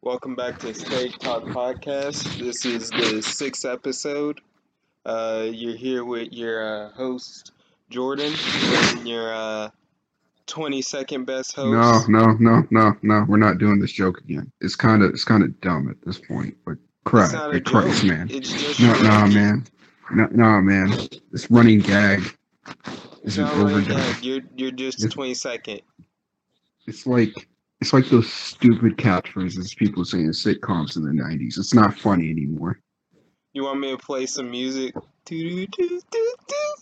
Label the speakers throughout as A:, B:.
A: Welcome back to Steak Talk Podcast. This is the sixth episode. Uh, you're here with your uh, host, Jordan, and your uh, 22nd best
B: No,
A: host.
B: no, no, no, no. We're not doing this joke again. It's kind of it's kind of dumb at this point. But
A: It's
B: cry,
A: not a
B: it Christ,
A: joke.
B: man.
A: It's just
B: No,
A: your-
B: no, man. No, no, man. This running gag
A: it's
B: is an
A: not really
B: overdone.
A: good. You're, you're just
B: It's-
A: 22nd.
B: It's like it's like those stupid catchphrases people say in sitcoms in the '90s. It's not funny anymore.
A: You want me to play some music? Doo-doo-doo-doo-doo.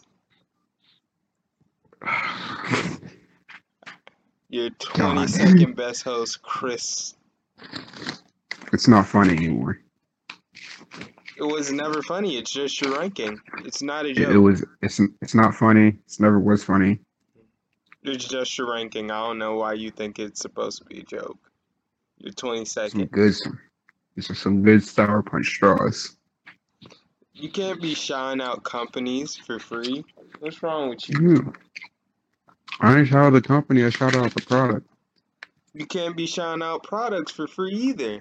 A: Your
B: God.
A: 22nd best host, Chris.
B: It's not funny anymore.
A: It was never funny. It's just your ranking. It's not a
B: It,
A: joke.
B: it was. It's it's not funny. It's never was funny.
A: It's just your ranking. I don't know why you think it's supposed to be a joke. You're
B: Some
A: 22nd.
B: good. These are some good sour punch straws.
A: You can't be shying out companies for free. What's wrong with you?
B: Yeah. I ain't shout out the company, I shout out the product.
A: You can't be shying out products for free either.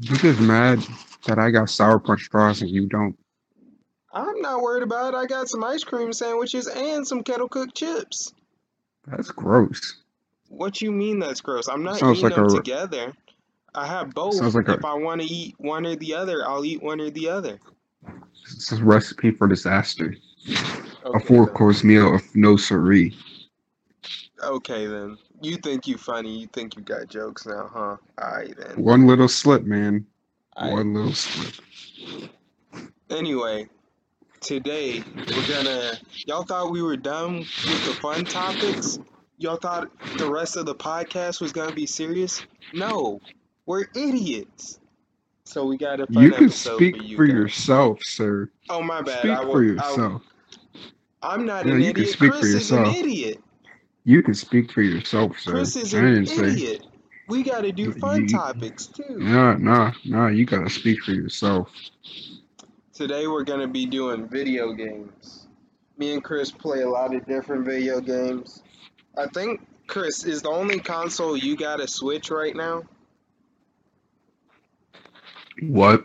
B: You just mad that I got sour punch straws and you don't.
A: I'm not worried about it. I got some ice cream sandwiches and some kettle cooked chips.
B: That's gross.
A: What you mean that's gross? I'm not
B: Sounds
A: eating
B: like
A: them
B: a-
A: together. I have both.
B: Sounds like a-
A: if I want to eat one or the other, I'll eat one or the other.
B: It's a recipe for disaster. A
A: Okay,
B: four
A: then.
B: course meal of no siree.
A: Okay then. You think you funny. You think you got jokes now, huh? All right then.
B: One little slip, man.
A: All right.
B: One little slip.
A: Anyway, today we're gonna. Y'all thought we were done with the fun topics? Y'all thought the rest of the podcast was gonna be serious? No, we're idiots. So we got a fun
B: You can
A: episode
B: speak
A: for you.
B: for
A: guys.
B: yourself, sir.
A: oh my bad.
B: Speak
A: I will,
B: for
A: I,
B: yourself.
A: I'm not
B: Yeah,
A: an
B: you can
A: idiot.
B: speak for
A: Chris is
B: yourself,
A: an idiot.
B: You can speak for yourself, sir.
A: Chris is
B: I
A: an
B: didn't say.
A: idiot. We gotta do
B: You-
A: fun
B: you-
A: topics too.
B: Nah, nah, nah. You gotta speak for yourself.
A: Today we're gonna be doing video games. Me and Chris play a lot of different video games. I think Chris is the only console you got a Switch right now.
B: What?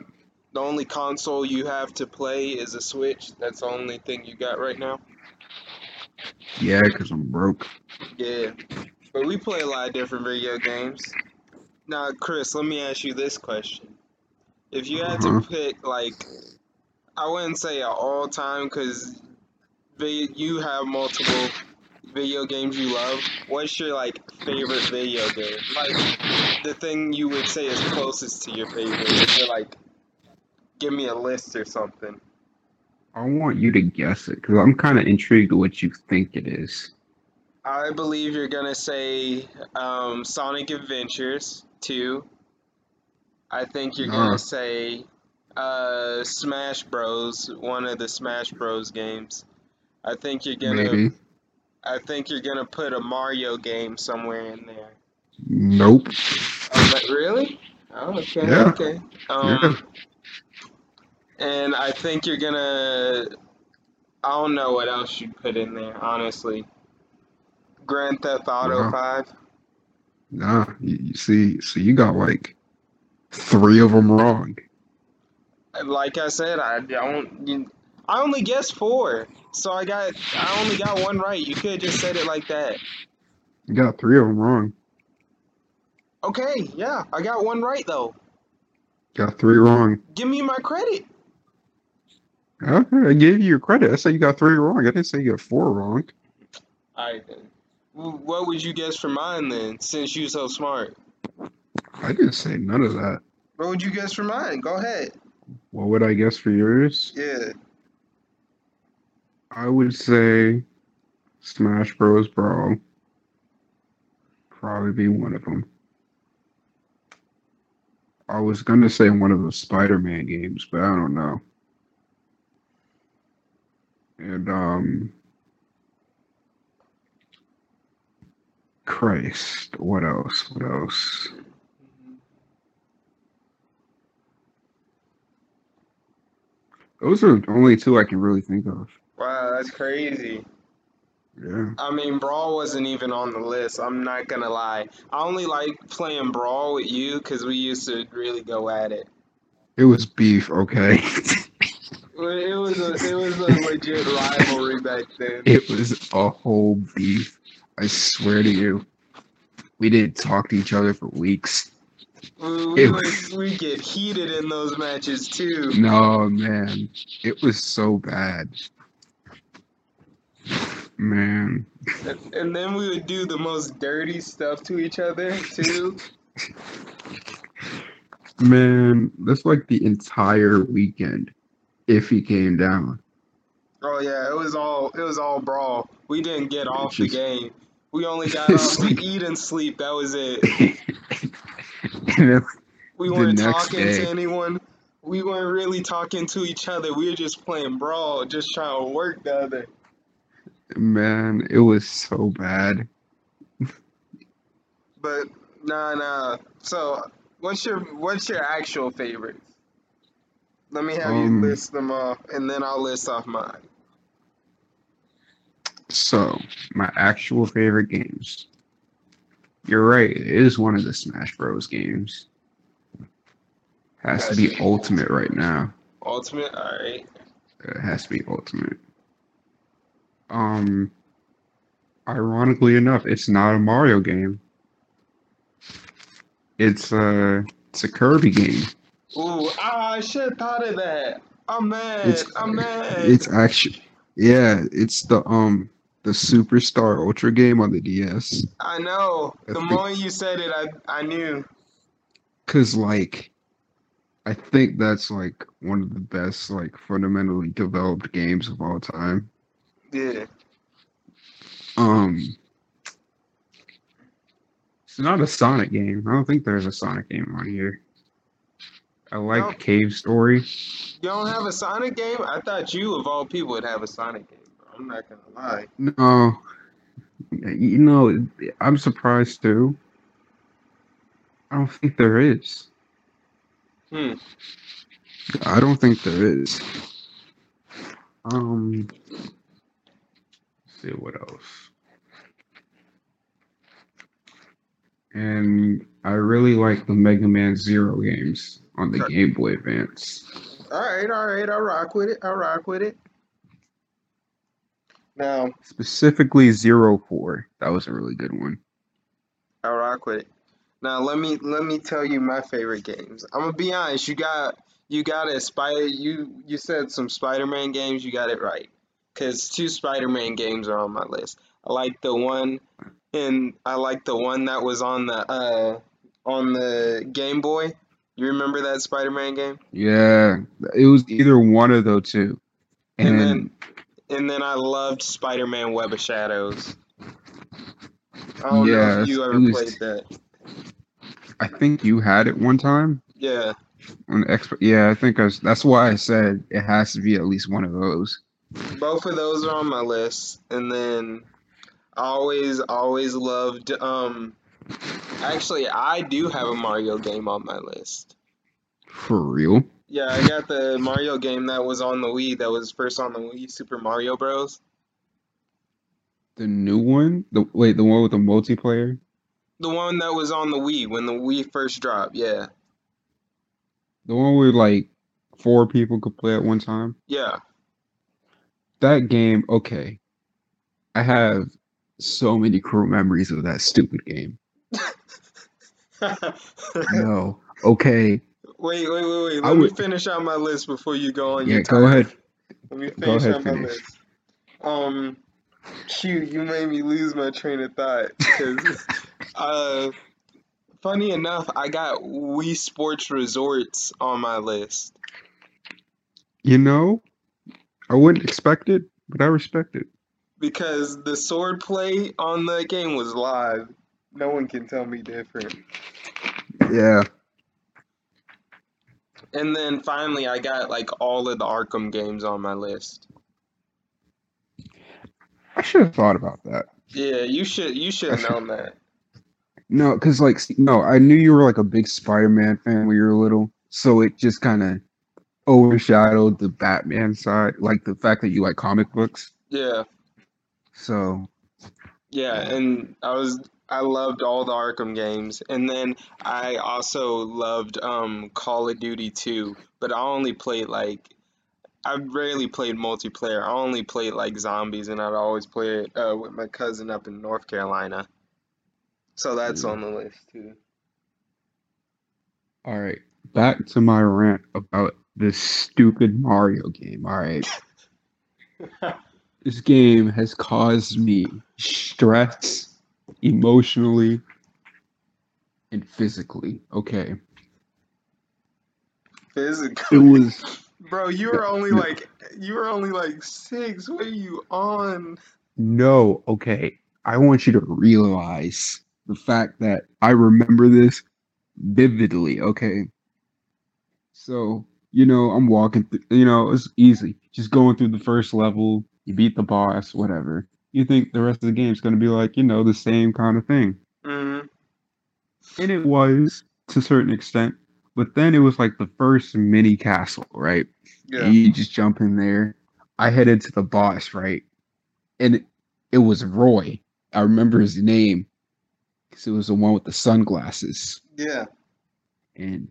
A: The only console you have to play is a Switch. That's the only thing you got right now.
B: Yeah, because I'm broke.
A: Yeah, but we play a lot of different video games. Now, Chris, let me ask you this question: If you had to
B: Uh-huh.
A: pick, like, I wouldn't say a all-time because you have multiple video games you love. What's your like favorite video game? Like the thing you would say is closest to your favorite. If you're like, give me a list or something.
B: I want you to guess it because I'm kind of intrigued with what you think it is.
A: I believe you're gonna say um, Sonic Adventures 2. I think you're
B: Nah.
A: gonna say uh, Smash Bros. One of the Smash Bros. games. I think you're gonna.
B: Maybe.
A: I think you're gonna put a Mario game somewhere in there.
B: Nope.
A: I'm like, really? Oh, okay,
B: Yeah.
A: okay. Um, and I think you're gonna. I don't know what else you'd put in there, honestly. Grand Theft Auto
B: Wow.
A: Five.
B: Nah. You, you see, so you got like three of them wrong.
A: Like I said, I don't. You, I only guessed four, so I got. I only got one right. You could have just said it like that.
B: You got three of them wrong.
A: Okay, yeah, I got one right though.
B: Got three wrong.
A: Give me my credit.
B: Okay, I gave you your credit. I said you got three wrong. I didn't say you got four wrong.
A: All right then. W- What would you guess for mine then, since you so smart?
B: I didn't say none of that.
A: What would you guess for mine? Go ahead.
B: What would I guess for yours?
A: Yeah.
B: I would say Smash Bros. Brawl. Probably be one of them. I was gonna say one of the Spider-Man games, but I don't know. And um, Christ, what else? What else?
A: Mm-hmm.
B: Those are the only two I can really think of.
A: Wow, that's crazy.
B: Yeah.
A: I mean, Brawl wasn't even on the list. I'm not gonna lie. I only like playing Brawl with you because we used to really go at it.
B: It was beef, okay.
A: It was a it was a legit rivalry back then.
B: it was a whole beef. I swear to you. We didn't talk to each other for weeks.
A: We, we,
B: it
A: would,
B: was-
A: we get heated in those matches too.
B: No, man. It was so bad. Man.
A: And, and then we would do the most dirty stuff to each other too.
B: Man, that's like the entire weekend if he came down.
A: Oh yeah, it was all it was all brawl. We didn't get off the
B: Just-
A: game. We only got
B: It's
A: off to
B: like-
A: eat and sleep. That was it.
B: and then
A: We
B: The
A: weren't
B: next
A: talking
B: day.
A: to anyone. We weren't really talking to each other. We were just playing brawl, just trying to work the other.
B: Man, it was so bad.
A: But nah, nah. So what's your what's your actual favorites? Let me have
B: Um,
A: you list them off, and then I'll list off mine.
B: So, my actual favorite games. You're right, it is one of the Smash Bros. games. Has to be Ultimate right now.
A: Ultimate, all right.
B: It has to be Ultimate. Um, ironically enough, it's not a Mario game. It's a it's a Kirby game.
A: Ooh, ah, I should have thought of that. I'm mad.
B: It's-
A: I'm mad.
B: It's actually yeah, it's the um the Superstar Ultra game on the DS.
A: I know. The
B: I think-
A: moment you said it, I I knew.
B: Cause like I think that's like one of the best like fundamentally developed games of all time.
A: Yeah.
B: Um It's not a Sonic game. I don't think there's a Sonic game on here. I like
A: No.
B: Cave Story.
A: You don't have a Sonic game? I thought you of all people would have a Sonic game. Bro. I'm not gonna lie.
B: No. You know, I'm surprised too. I don't think there is.
A: Hmm.
B: I don't think there is. Um, let's see what else. And I really like the Mega Man Zero games on the
A: Okay.
B: Game Boy Advance.
A: All right, all right. I rock with it. I rock with it. Now
B: Specifically Zero Four. That was a really good one.
A: I rock with it. Now let me let me tell you my favorite games. I'm gonna be honest. You got you got a spider. You you said some Spider-Man games. You got it right. Cause two Spider-Man games are on my list. I like the one, and I like the one that was on the uh on the Game Boy. You remember that Spider-Man game?
B: Yeah, it was either one of those two. And,
A: And then- And then I loved Spider-Man Web of Shadows. I don't know
B: Yeah,
A: if you
B: it
A: ever
B: was-
A: played that.
B: I think you had it one time
A: Yeah.
B: on Xbox. Yeah, I think I was, that's why I said it has to be at least one of those.
A: both of those are on my list and then I always always loved um actually i do have a mario game on my list
B: For real.
A: yeah i got the mario game that was on the wii that was first on the wii super mario bros
B: The new one? The wait, the one with the multiplayer?
A: the one that was on the wii when the wii first dropped yeah
B: The one where like four people could play at one time?
A: yeah
B: That game, okay. I have so many cruel memories of that stupid game. No. Okay.
A: wait wait wait wait
B: I
A: let me
B: would-
A: finish out my list before you go on
B: Yeah,
A: your
B: go
A: time.
B: ahead.
A: Let me
B: Go
A: finish
B: ahead,
A: out my
B: finish.
A: list. Um, shoot, you made me lose my train of thought because, uh, funny enough, I got Wii Sports Resorts on my list.
B: You know, I wouldn't expect it, but I respect it.
A: because the sword play on the game was live. No one can tell me different.
B: Yeah.
A: And then finally, I got like all of the Arkham games on my list.
B: I should have thought about that.
A: Yeah, you should you should have known that.
B: No, because like s- no, I knew you were like a big Spider-Man fan when you were little, so it just kind of overshadowed the Batman side, like the fact that you like comic books.
A: Yeah,
B: So
A: Yeah, and I was I loved all the Arkham games, and then I also loved um Call of Duty 2, but I only played like I rarely played multiplayer. I only played like zombies, and I'd always play it uh, with my cousin up in North Carolina. So that's
B: Mm.
A: on the list too.
B: all right, back to my rant about this stupid Mario game. All right. this game has caused me stress emotionally and physically. Okay. It
A: Physical,
B: was
A: bro. You were only
B: No.
A: like you were only like six. What are you on?
B: no, okay. I want you to realize the fact that I remember this vividly, okay? So, you know, I'm walking through, you know, it's easy. Just going through the first level, you beat the boss, whatever. You think the rest of the game's going to be like, you know, the same kind of thing. Mm-hmm.
A: Mm,
B: and it was to a certain extent. But then it was like the first mini castle, right?
A: yeah.
B: And you just jump in there. I headed to the boss, right? And it, it was Roy. I remember his name because it was the one with the sunglasses.
A: Yeah.
B: And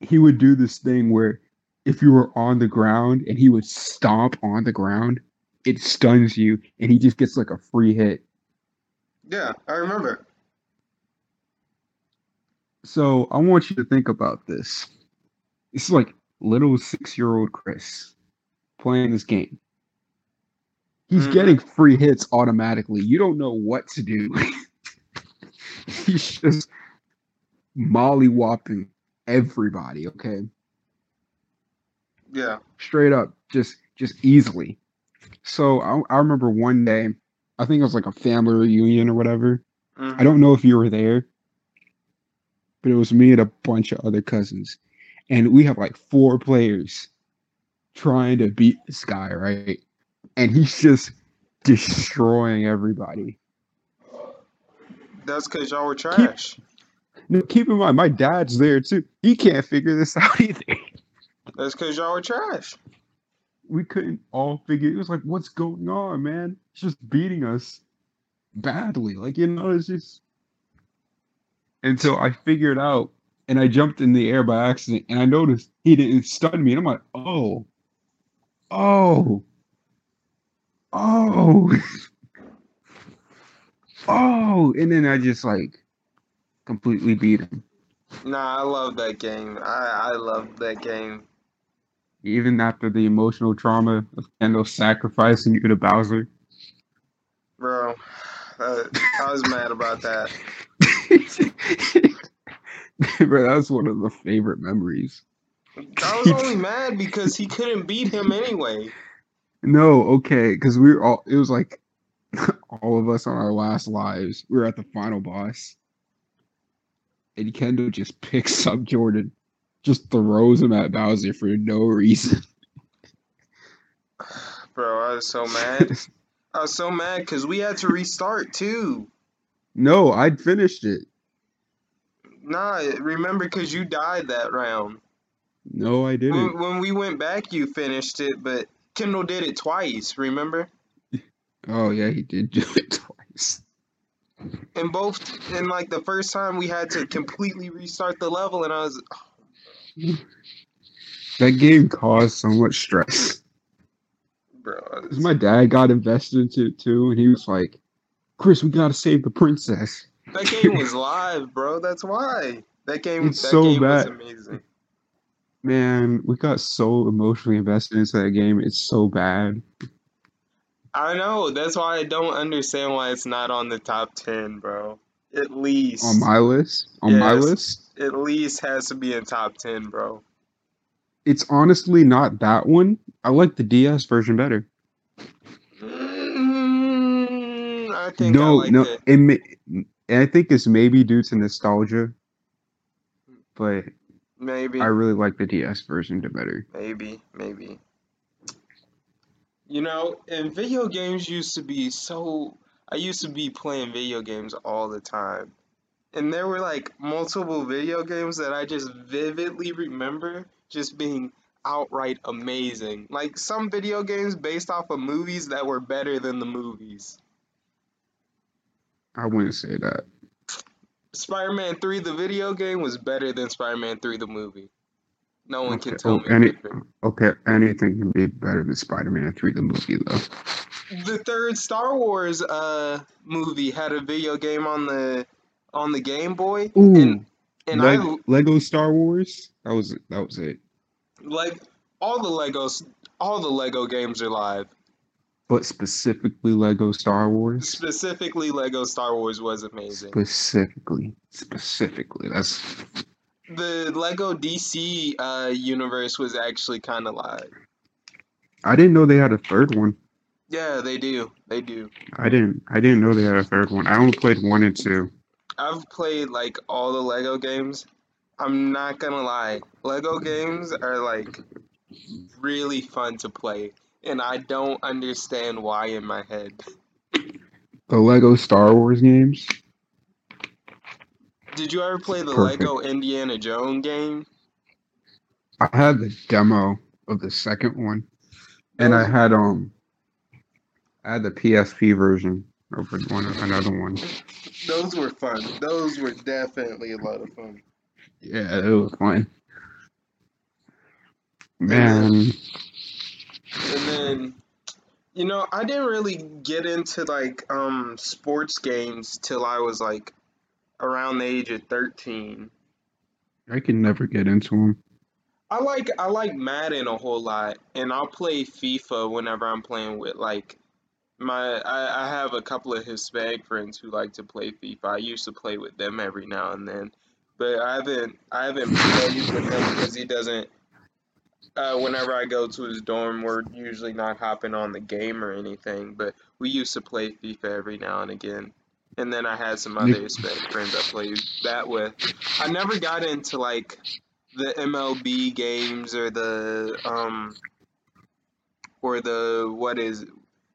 B: he would do this thing where if you were on the ground and he would stomp on the ground, it stuns you and he just gets like a free hit.
A: Yeah. I remember.
B: So I want you to think about this. It's like little six year old Chris playing this game. He's
A: Mhm.
B: getting free hits automatically. You don't know what to do. He's just mollywopping everybody, okay?
A: Yeah.
B: Straight up, just just easily. So I, I remember one day, I think it was like a family reunion or whatever. I
A: Mhm.
B: don't know if you were there, but it was me and a bunch of other cousins. And we have like four players trying to beat this guy, right? And he's just destroying everybody.
A: Mm-hmm. That's because y'all were trash.
B: Now, keep in mind, my dad's there too. He can't figure this out either.
A: That's because y'all were trash.
B: We couldn't all figure it was like, what's going on, man? He's just beating us badly. Like, you know, it's just. And so I figured out and I jumped in the air by accident and I noticed he didn't stun me. And I'm like, oh, oh, oh. Oh, and then I just like completely beat him.
A: Nah, I love that game. I I love that game.
B: Even after the emotional trauma of Kendall sacrificing you to Bowser.
A: Bro, uh, I was mad about that.
B: Bro, that was one of the favorite memories.
A: I was only mad because he couldn't beat him anyway.
B: No, okay, because we were all it was like all of us on our last lives. We were at the final boss. And Kendall just picks up Jordan, just throws him at Bowser for no reason.
A: Bro, I was so mad. I was so mad because we had to restart too.
B: no, I'd finished it.
A: Nah, remember because you died that round.
B: No, I didn't.
A: When, when we went back, you finished it, but Kendall did it twice, remember?
B: Oh yeah, he did do it twice.
A: And both, and like the first time we had to completely restart the level, and I was,
B: That game caused so much stress.
A: bro, I
B: 'Cause
A: was-
B: My dad got invested into it too, and he was like, "Chris, we gotta save the princess."
A: That game was live, bro. That's why. That game
B: It's
A: that
B: so
A: game was
B: bad.
A: amazing.
B: Man, we got so emotionally invested into that game. It's so bad.
A: I know. That's why I don't understand why it's not on the top 10, bro. At least
B: On my list, on my
A: Yes.
B: list,
A: at least has to be in top 10, bro.
B: it's honestly not that one. I like the DS version better.
A: Mm, I think I
B: No,
A: like
B: no,
A: it.
B: it may, and I think it's maybe due to nostalgia, but
A: Maybe.
B: I really like the DS version better.
A: Maybe. Maybe. You know, and video games used to be so I used to be playing video games all the time. And there were like multiple video games that I just vividly remember just being outright amazing. Like some video games based off of movies that were better than the movies.
B: I wouldn't say that.
A: Spider Man 3, the video game, was better than Spider Man 3, the movie. No one
B: Okay,
A: can tell
B: oh,
A: me.
B: any,
A: different.
B: okay, anything can be better than Spider-Man 3, the movie, though.
A: The third Star Wars uh, movie had a video game on the on the Game Boy, and
B: Ooh,
A: and I
B: Leg- Lego Star Wars. That was it. That was it.
A: like all the Legos. All the Lego games are live.
B: But specifically Lego Star Wars.
A: Specifically, Lego Star Wars was amazing.
B: Specifically, specifically. That's
A: The Lego DC uh, universe was actually kind of live.
B: I didn't know they had a third one.
A: Yeah, they do. They do.
B: I didn't. I didn't know they had a third one. I only played one and two.
A: I've played like all the Lego games. I'm not gonna lie. Lego games are like really fun to play, and I don't understand why in my head.
B: The Lego Star Wars games.
A: Did you ever play the
B: Perfect.
A: Lego Indiana Jones game?
B: I had the demo of the second one, and I
A: Those-
B: had um, I had the PSP version of one another one.
A: Those were fun. Those were definitely a lot of fun.
B: Yeah, it was fun. Man,
A: And then, you know, I didn't really get into like um sports games till I was like around the age of 13.
B: I can never get into them.
A: I like I like Madden a whole lot, and I'll play FIFA whenever I'm playing with like my I, I have a couple of Hispanic friends who like to play FIFA. I used to play with them every now and then, but I haven't I haven't played with him because he doesn't. Uh, whenever I go to his dorm, we're usually not hopping on the game or anything, but we used to play FIFA every now and again. And then I had some other Hispanic friends I played that with. I never got into like the MLB games or the um or the what is it,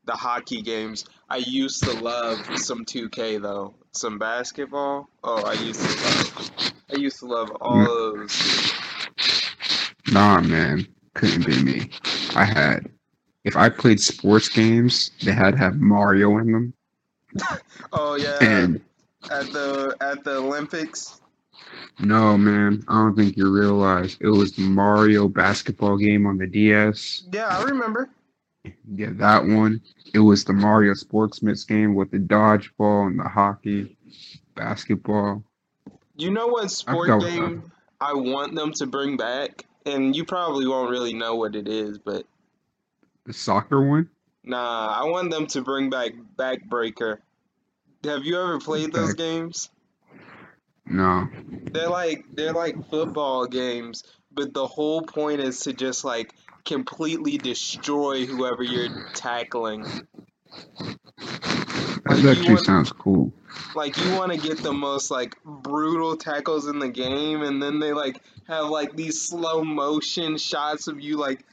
A: the hockey games. I used to love some 2K though, some basketball. Oh, I used to love. I used to love all of those.
B: Nah, man, couldn't be me. I had. If I played sports games, they had to have Mario in them,
A: Oh yeah,
B: and
A: at the at the Olympics.
B: No, man. I don't think you realize it was the Mario basketball game on the DS.
A: Yeah, I remember.
B: Yeah, that one. It was the Mario Sports Mix game with the dodgeball and the hockey, basketball.
A: You know what sport
B: got-
A: game I want them to bring back, and you probably won't really know what it is, but
B: The soccer one?
A: nah, I want them to bring back Backbreaker. Have you ever played those games?
B: No.
A: They're like they're like football games, but the whole point is to just like completely destroy whoever you're tackling. Like,
B: That
A: you
B: actually
A: want-
B: sounds cool.
A: Like you want to get the most like brutal tackles in the game, and then they like have like these slow motion shots of you like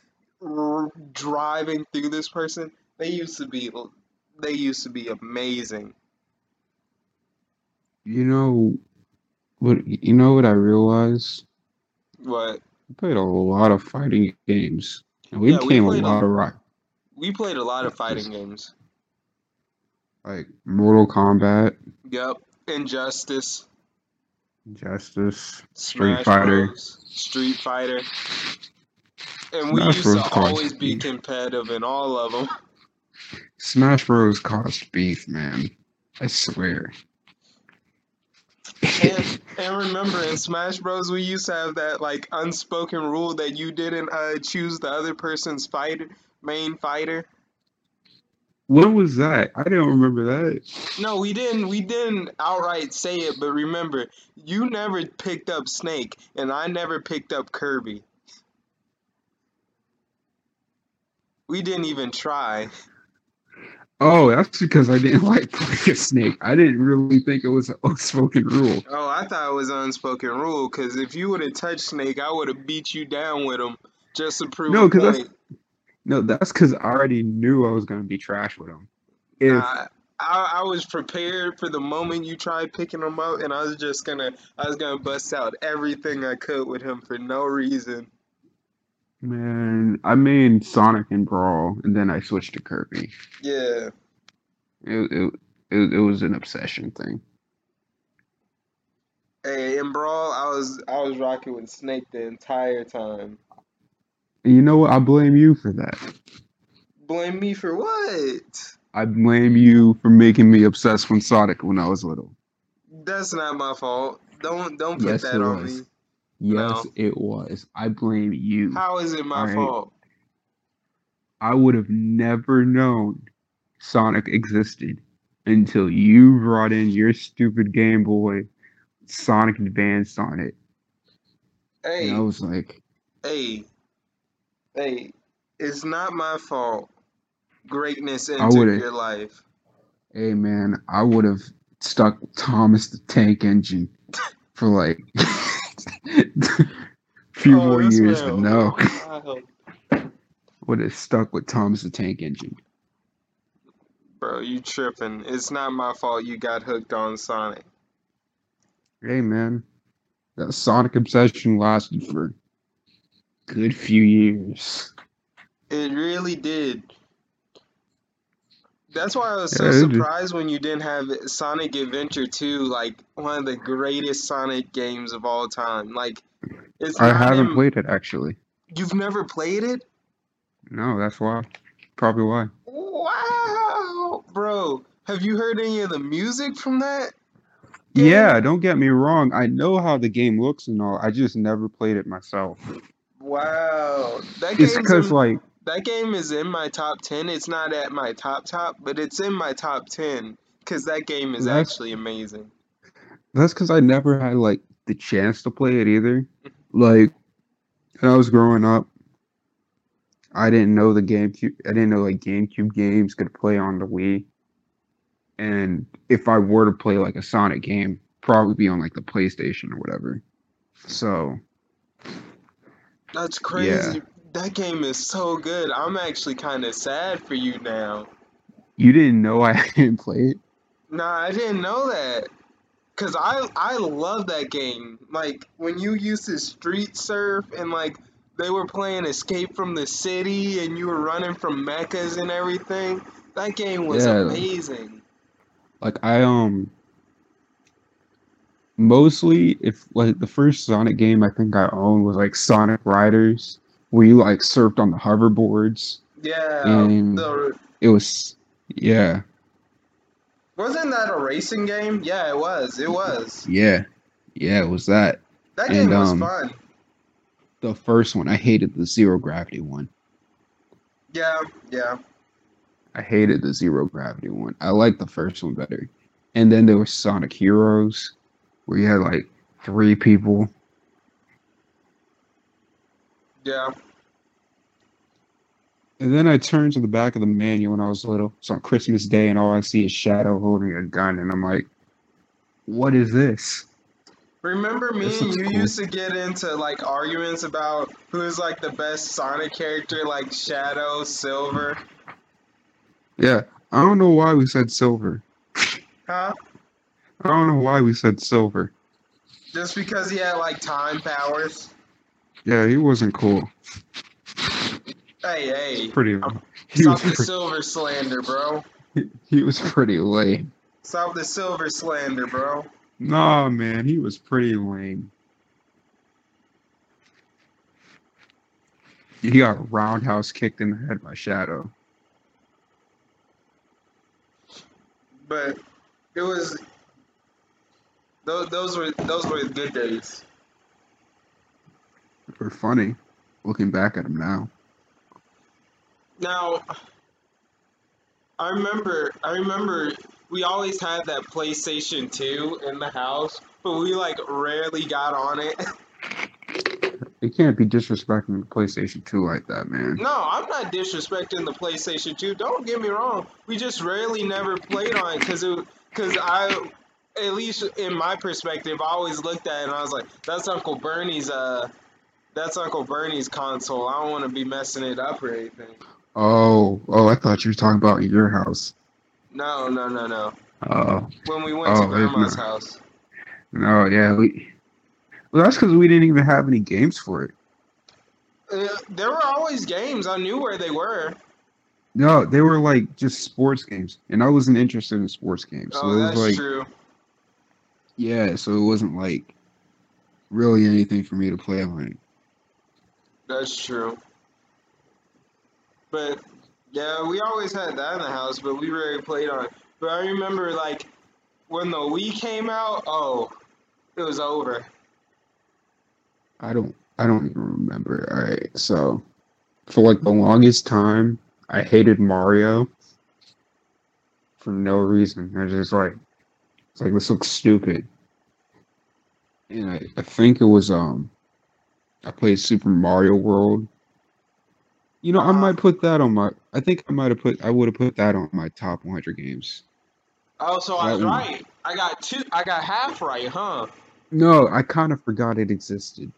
A: r- driving through this person. They used to be they used to be amazing.
B: You know what you know what I realized?
A: But
B: We played a lot of fighting games. And we
A: Yeah, we
B: became a
A: played a-
B: lot of rock
A: we played a lot of fighting games.
B: like Mortal Kombat,
A: Yep, Injustice,
B: Justice.
A: Smash
B: Street Fighter.
A: Bros, Street Fighter. And we
B: Smash
A: used
B: Bros
A: to
B: caused
A: always be
B: beef.
A: competitive in all of them.
B: Smash Bros caused beef, man. I swear.
A: And, and remember, in Smash Bros, we used to have that like unspoken rule that you didn't uh, choose the other person's fighter, main fighter.
B: When was that? I don't remember that.
A: No, we didn't. We didn't outright say it, but remember, you never picked up Snake, and I never picked up Kirby. We didn't even try.
B: Oh, that's because I didn't like playing a snake. I didn't really think it was an unspoken rule.
A: Oh, I thought it was unspoken rule because if you would have touched Snake, I would have beat you down with him just to prove
B: No,
A: a
B: 'cause that's-
A: point.
B: No, that's because I already knew I was gonna be trash with him. If
A: I, I I was prepared for the moment you tried picking him up, and I was just gonna I was gonna bust out everything I could with him for no reason.
B: Man, I made Sonic and Brawl, and then I switched to Kirby.
A: Yeah.
B: It it it, it was an obsession thing.
A: Hey, in Brawl, I was I was rocking with Snake the entire time.
B: And you know what? I blame you for that.
A: Blame me for what?
B: I blame you for making me obsessed with Sonic when I was little.
A: That's not my fault. Don't don't put
B: Yes,
A: that
B: it
A: on
B: was.
A: me.
B: Yes, it was. I blame you.
A: How is it my
B: Alright.
A: fault?
B: I would have never known Sonic existed until you brought in your stupid Game Boy Sonic Advance on it.
A: Hey,
B: And I was like,
A: hey, hey! It's not my fault. Greatness
B: I
A: entered
B: would've-
A: your life.
B: hey man, I would have stuck Thomas the Tank Engine for like a few
A: Oh,
B: more
A: this
B: years, but
A: man.
B: no.
A: Wow.
B: Would have stuck with Thomas the Tank Engine.
A: Bro, you tripping? It's not my fault. You got hooked on Sonic.
B: Hey man, that Sonic obsession lasted for a good few years.
A: It really did. That's why I was so
B: Yeah, it did.
A: surprised when you didn't have Sonic Adventure 2, like one of the greatest Sonic games of all time. Like, it's
B: I
A: not
B: haven't
A: in-
B: played it actually.
A: You've never played it?
B: No, that's why. Probably why.
A: Wow, bro. Have you heard any of the music from that?
B: Yeah.
A: Yeah.
B: don't get me wrong. I know how the game looks and all. I just never played it myself.
A: Wow, that
B: It's
A: game's
B: because
A: in,
B: like
A: that game is in my top ten. It's not at my top top, but it's in my top ten because that game is
B: That's-
A: actually amazing.
B: that's because I never had like the chance to play it either. Like when I was growing up, I didn't know the GameCube. I didn't know like GameCube games could play on the Wii. And if I were to play like a Sonic game, probably be on like the PlayStation or whatever. So
A: That's crazy. That game is so good. I'm actually kind of sad for you now.
B: you didn't know I hadn't played it.
A: Nah, I didn't know that. Cause I I love that game. Like when you used to street surf and like they were playing Escape from the City and you were running from mechas and everything. That game was
B: Yeah.
A: amazing.
B: Like I um mostly if like the first Sonic game I think I owned was like Sonic Riders, where you like surfed on the hoverboards.
A: Yeah.
B: Mm.
A: Oh, the-
B: It was yeah,
A: wasn't that a racing game? Yeah, it was. It was.
B: yeah, yeah, it was that.
A: That
B: And,
A: game was
B: um,
A: fun.
B: The first one. I hated the zero gravity one.
A: Yeah, yeah.
B: I hated the zero gravity one. I liked the first one better. And then there was Sonic Heroes, where you had like three people.
A: Yeah.
B: And then I turned to the back of the menu when I was little. It's on Christmas Day, and all I see is Shadow holding a gun, and I'm like, "What is this?"
A: Remember me
B: This
A: and
B: looks
A: you
B: cool.
A: used to get into like arguments about who is like the best Sonic character, like Shadow, Silver,
B: Yeah, I don't know why we said silver.
A: huh?
B: I don't know why we said silver.
A: Just because he had like time powers.
B: Yeah, he wasn't cool.
A: Hey,
B: He
A: hey. um,
B: was pretty.
A: I'm-
B: He
A: Stop
B: was
A: the
B: pretty,
A: silver slander, bro.
B: he was pretty lame.
A: Stop the silver slander, bro.
B: Nah, man, he was pretty lame. He got roundhouse kicked in the head by Shadow.
A: But it was those, those were those were the good days.
B: They We're funny, looking back at him now.
A: Now I remember I remember we always had that PlayStation 2 in the house, but we like rarely got on it.
B: You can't be disrespecting the PlayStation 2 like that, man.
A: No, I'm not disrespecting the PlayStation 2. Don't get me wrong. We just rarely never played on it because it because I at least in my perspective, I always looked at it and I was like, that's Uncle Bernie's uh that's Uncle Bernie's console. I don't want to be messing it up or anything.
B: Oh, oh, I thought you were talking about your house.
A: No, no, no, no.
B: Oh,
A: When we went
B: Oh,
A: to
B: there's
A: grandma's
B: not-
A: house.
B: no, yeah, we. Well, that's because we didn't even have any games for it.
A: Uh, there were always games. I knew where they were.
B: No, they were like just sports games, and I wasn't interested in sports games. So
A: oh,
B: it was
A: that's
B: like,
A: true.
B: yeah, so it wasn't like really anything for me to play on.
A: That's true. But yeah, we always had that in the house, but we rarely played on it. But I remember like when the Wii came out. Oh, it was over.
B: I don't, I don't even remember. All right, so for like the longest time, I hated Mario for no reason. I was just like, it's like this looks stupid. And I, I think it was um, I played Super Mario World. You know, I
A: Uh-huh.
B: might put that on my. I think I might have put. I would have put that on my top 100 games.
A: Oh, so I was
B: That one.
A: right. I got two. I got half right, huh?
B: No, I kind of forgot it existed.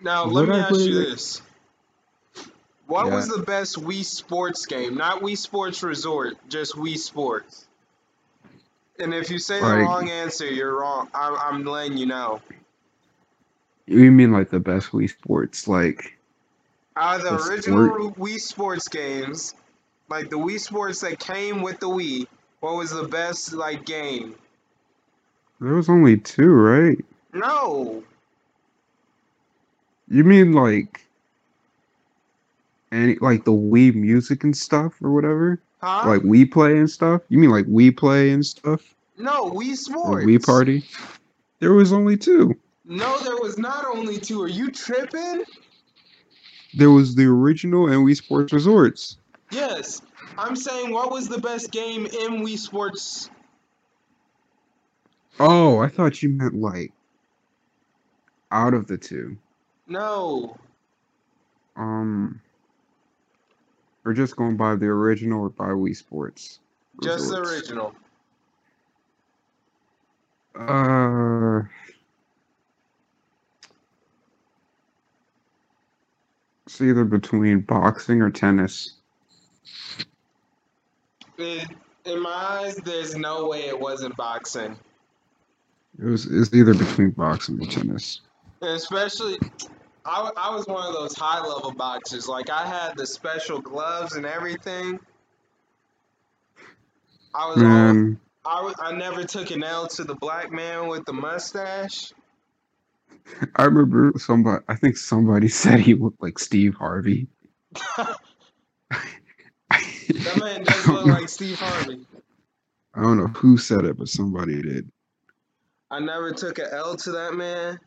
A: Now let me
B: What I
A: ask
B: played
A: you
B: it-
A: this: What
B: Yeah.
A: was the best Wii Sports game? Not Wii Sports Resort, just Wii Sports. And if you say the
B: Like,
A: wrong answer, you're wrong. I'm, I'm letting you know.
B: you mean like the best Wii Sports? Like
A: Out of the
B: the sport?
A: original Wii Sports games, like the Wii Sports that came with the Wii, what was the best like game?
B: There was only two, right?
A: No,
B: You mean like any like the Wii music and stuff or whatever?
A: huh?
B: Like Wii Play and stuff? You mean like Wii Play and stuff
A: No, Wii
B: or Wii
A: Sports.
B: Party? There was only two.
A: No, there was not only two. Are you tripping?
B: There was the original and Wii Sports Resorts.
A: Yes, I'm saying what was the best game in Wii Sports?
B: Oh, I thought you meant like out of the two.
A: No,
B: Um, or just going by the original or by Wii Sports
A: just the
B: Resorts.
A: original.
B: Uh, it's either between boxing or tennis.
A: In, in my eyes, there's no way it wasn't boxing.
B: It was it's either between boxing or tennis.
A: And especially, I, I was one of those high level boxers. Like, I had the special gloves and everything. I was all,
B: Man,
A: I, wa- I never took an L to the black man with the mustache.
B: I remember somebody. I think somebody said he looked like Steve Harvey.
A: That
B: I
A: man does
B: don't
A: look
B: know.
A: like Steve Harvey.
B: I don't know who said it, but somebody did.
A: I never took an L to that man.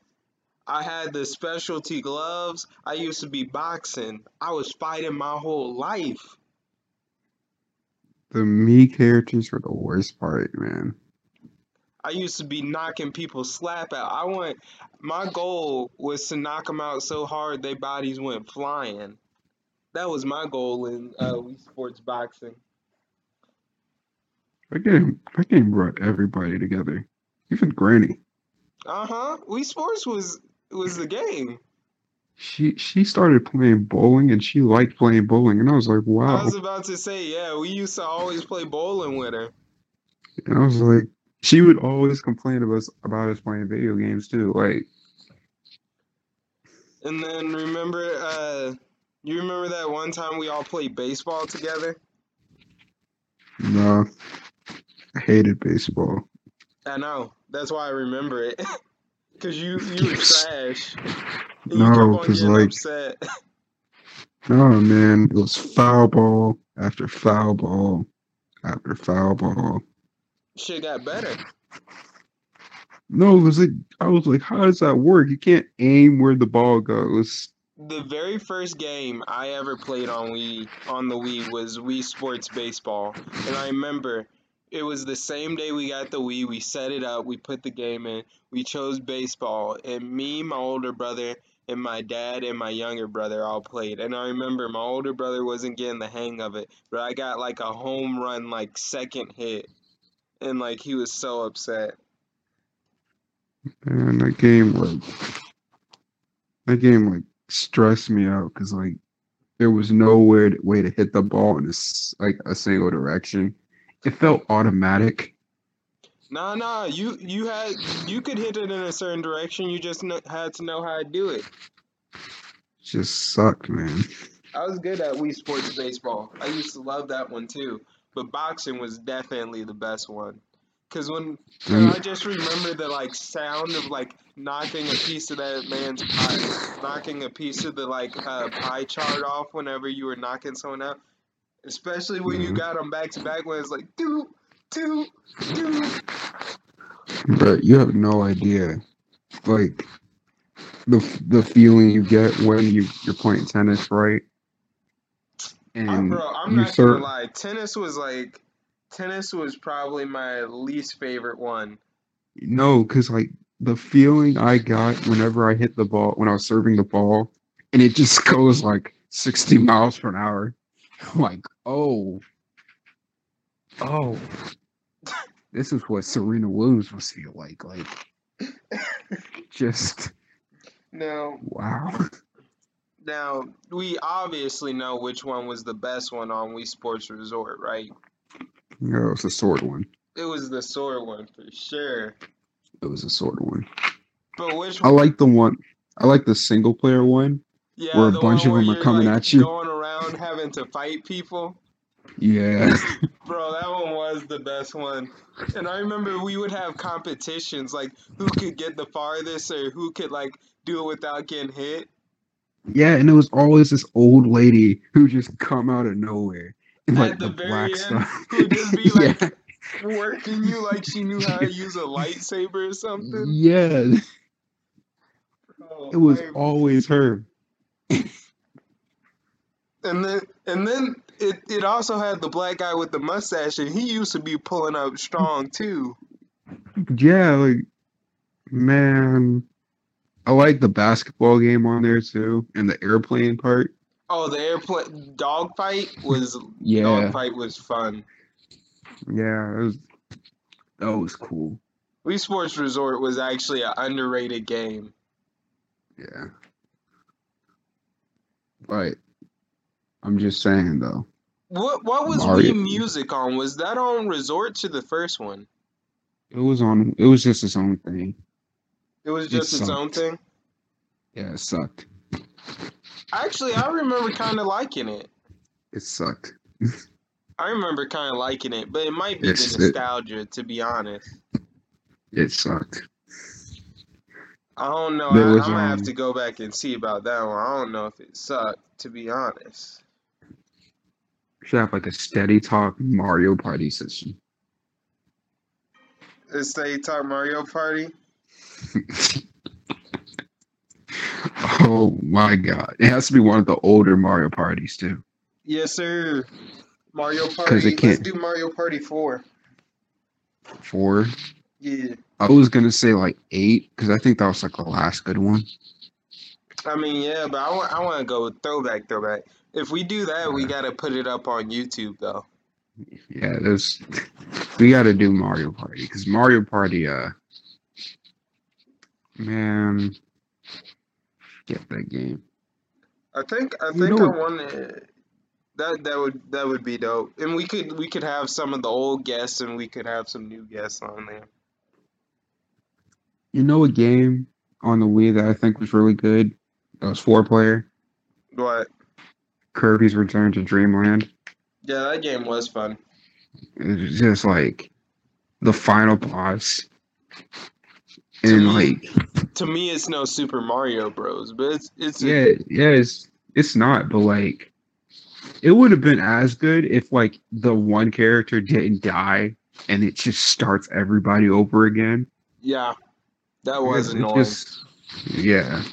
A: I had the specialty gloves. I used to be boxing. I was fighting my whole life.
B: The me characters were the worst part, man.
A: I used to be knocking people slap out. I want my goal was to knock them out so hard their bodies went flying. That was my goal in uh, Wii Sports boxing.
B: That game, that game brought everybody together, even Granny.
A: Uh huh. Wii Sports was was the game.
B: She she started playing bowling and she liked playing bowling, and I was like,
A: I was
B: wow.
A: about to say yeah. We used to always play bowling with her.
B: And I was like, she would always complain about us about us playing video games too. Like,
A: And then remember, uh, you remember that one time we all played baseball together
B: no, I hated baseball.
A: I know. That's why I remember it. Cause you you were trash, and you kept
B: No,
A: on
B: cause
A: getting
B: like,
A: upset.
B: no man, it was foul ball after foul ball after foul ball.
A: Shit got better.
B: No, it was like I was like, how does that work? You can't aim where the ball goes.
A: The very first game I ever played on Wii on the Wii was Wii Sports Baseball, and I remember it was the same day we got the Wii. We set it up, we put the game in, we chose baseball, and me, my older brother, and my dad and my younger brother all played. And I remember my older brother wasn't getting the hang of it, but I got like a home run, like second hit, and like he was so upset.
B: Man, that game like that game like stressed me out because like there was no way to, way to hit the ball in a, s- like a single direction. It felt automatic.
A: Nah, nah. You you had you could hit it in a certain direction. You just kn- had to know how to do it.
B: Just sucked, man.
A: I was good at Wii Sports Baseball. I used to love that one too. But boxing was definitely the best one. Cause when and I just remember the like sound of like knocking a piece of that man's pie, knocking a piece of the like uh, pie chart off whenever you were knocking someone out, especially when you
B: Mhm.
A: got them back to back when it's like do do do.
B: But you have no idea, like the f- the feeling you get when you you're playing tennis, right?
A: Uh,
B: And
A: bro, I'm
B: Mm-hmm. you
A: not
B: start-
A: gonna lie. Tennis was like, tennis was probably my least favorite one.
B: no, because like the feeling I got whenever I hit the ball when I was serving the ball, and it just goes like sixty miles per hour. I'm like, oh, oh, this is what Serena Williams must feel like. Like, just
A: Now,
B: wow.
A: now we obviously know which one was the best one on Wii Sports Resort, right?
B: No, it was a sword one.
A: It was the sword one for sure.
B: It was a sword one.
A: But which
B: I
A: one?
B: like the one. I like the single player one.
A: Yeah,
B: where a
A: the
B: bunch
A: one
B: of 'em
A: where
B: are
A: you're,
B: coming
A: like,
B: at you.
A: Going around having to fight people.
B: Yeah.
A: Bro, that one was the best one. And I remember we would have competitions like who could get the farthest or who could like do it without getting hit.
B: Yeah, and it was always this old lady who just come out of nowhere. And
A: At
B: like
A: the
B: the,
A: very
B: black
A: end,
B: stuff.
A: who would just be like-
B: yeah.
A: working you like she knew how to use a lightsaber or something.
B: yeah.
A: Oh,
B: It was
A: I-
B: always her.
A: and then and then it, it also had the black guy with the mustache and he used to be pulling up strong too.
B: Yeah, like man. I like the basketball game on there too and the airplane part.
A: Oh, the airplane dogfight was
B: Yeah.
A: dogfight was fun.
B: Yeah. It was, that was cool.
A: Wii Sports Resort was actually an underrated game.
B: Yeah. But I'm just saying though.
A: What what was
B: Mario.
A: Wii Music on? Was that on Resort to the first one?
B: It was on it was just its own thing.
A: It was
B: It
A: just its own
B: sucked.
A: thing.
B: Yeah, it sucked.
A: Actually, I remember kind of liking it.
B: It sucked.
A: I remember kind of liking it, but it might be
B: It's-
A: the
B: it-
A: nostalgia, to be honest.
B: It sucked.
A: I don't know.
B: There
A: I,
B: was,
A: I'm gonna have
B: um,
A: to go back and see about that one. I don't know if it sucked, to be honest.
B: Should have like a steady talk Mario Party session.
A: It's the Talk Mario Party.
B: oh my god. It has to be one of the older Mario parties too.
A: Yes, sir. Mario
B: 'Cause
A: Party.
B: it
A: Let's
B: can't-
A: do Mario Party Four.
B: Four.
A: Yeah.
B: I was gonna say like eight, because I think that was like the last good one.
A: I mean, yeah, but I want. I want to go with throwback, throwback. If we do that, we gotta put it up on YouTube though.
B: Yeah, there's we gotta do Mario Party because Mario Party uh man get that game.
A: I think. I
B: You
A: think
B: know
A: I want to. That that would that would be dope, and we could we could have some of the old guests, and we could have some new guests on there.
B: You know a game on the Wii that I think was really good? That was four player.
A: But
B: Kirby's Return to Dreamland.
A: yeah, that game was fun.
B: It's just like the final boss.
A: To
B: And
A: me-
B: like
A: to me it's no Super Mario Bros, but it's it's
B: yeah, yeah, it's it's not, but like it would have been as good if like the one character didn't die and it just starts everybody over again.
A: yeah, that
B: Because
A: was
B: it
A: annoying.
B: just- yeah.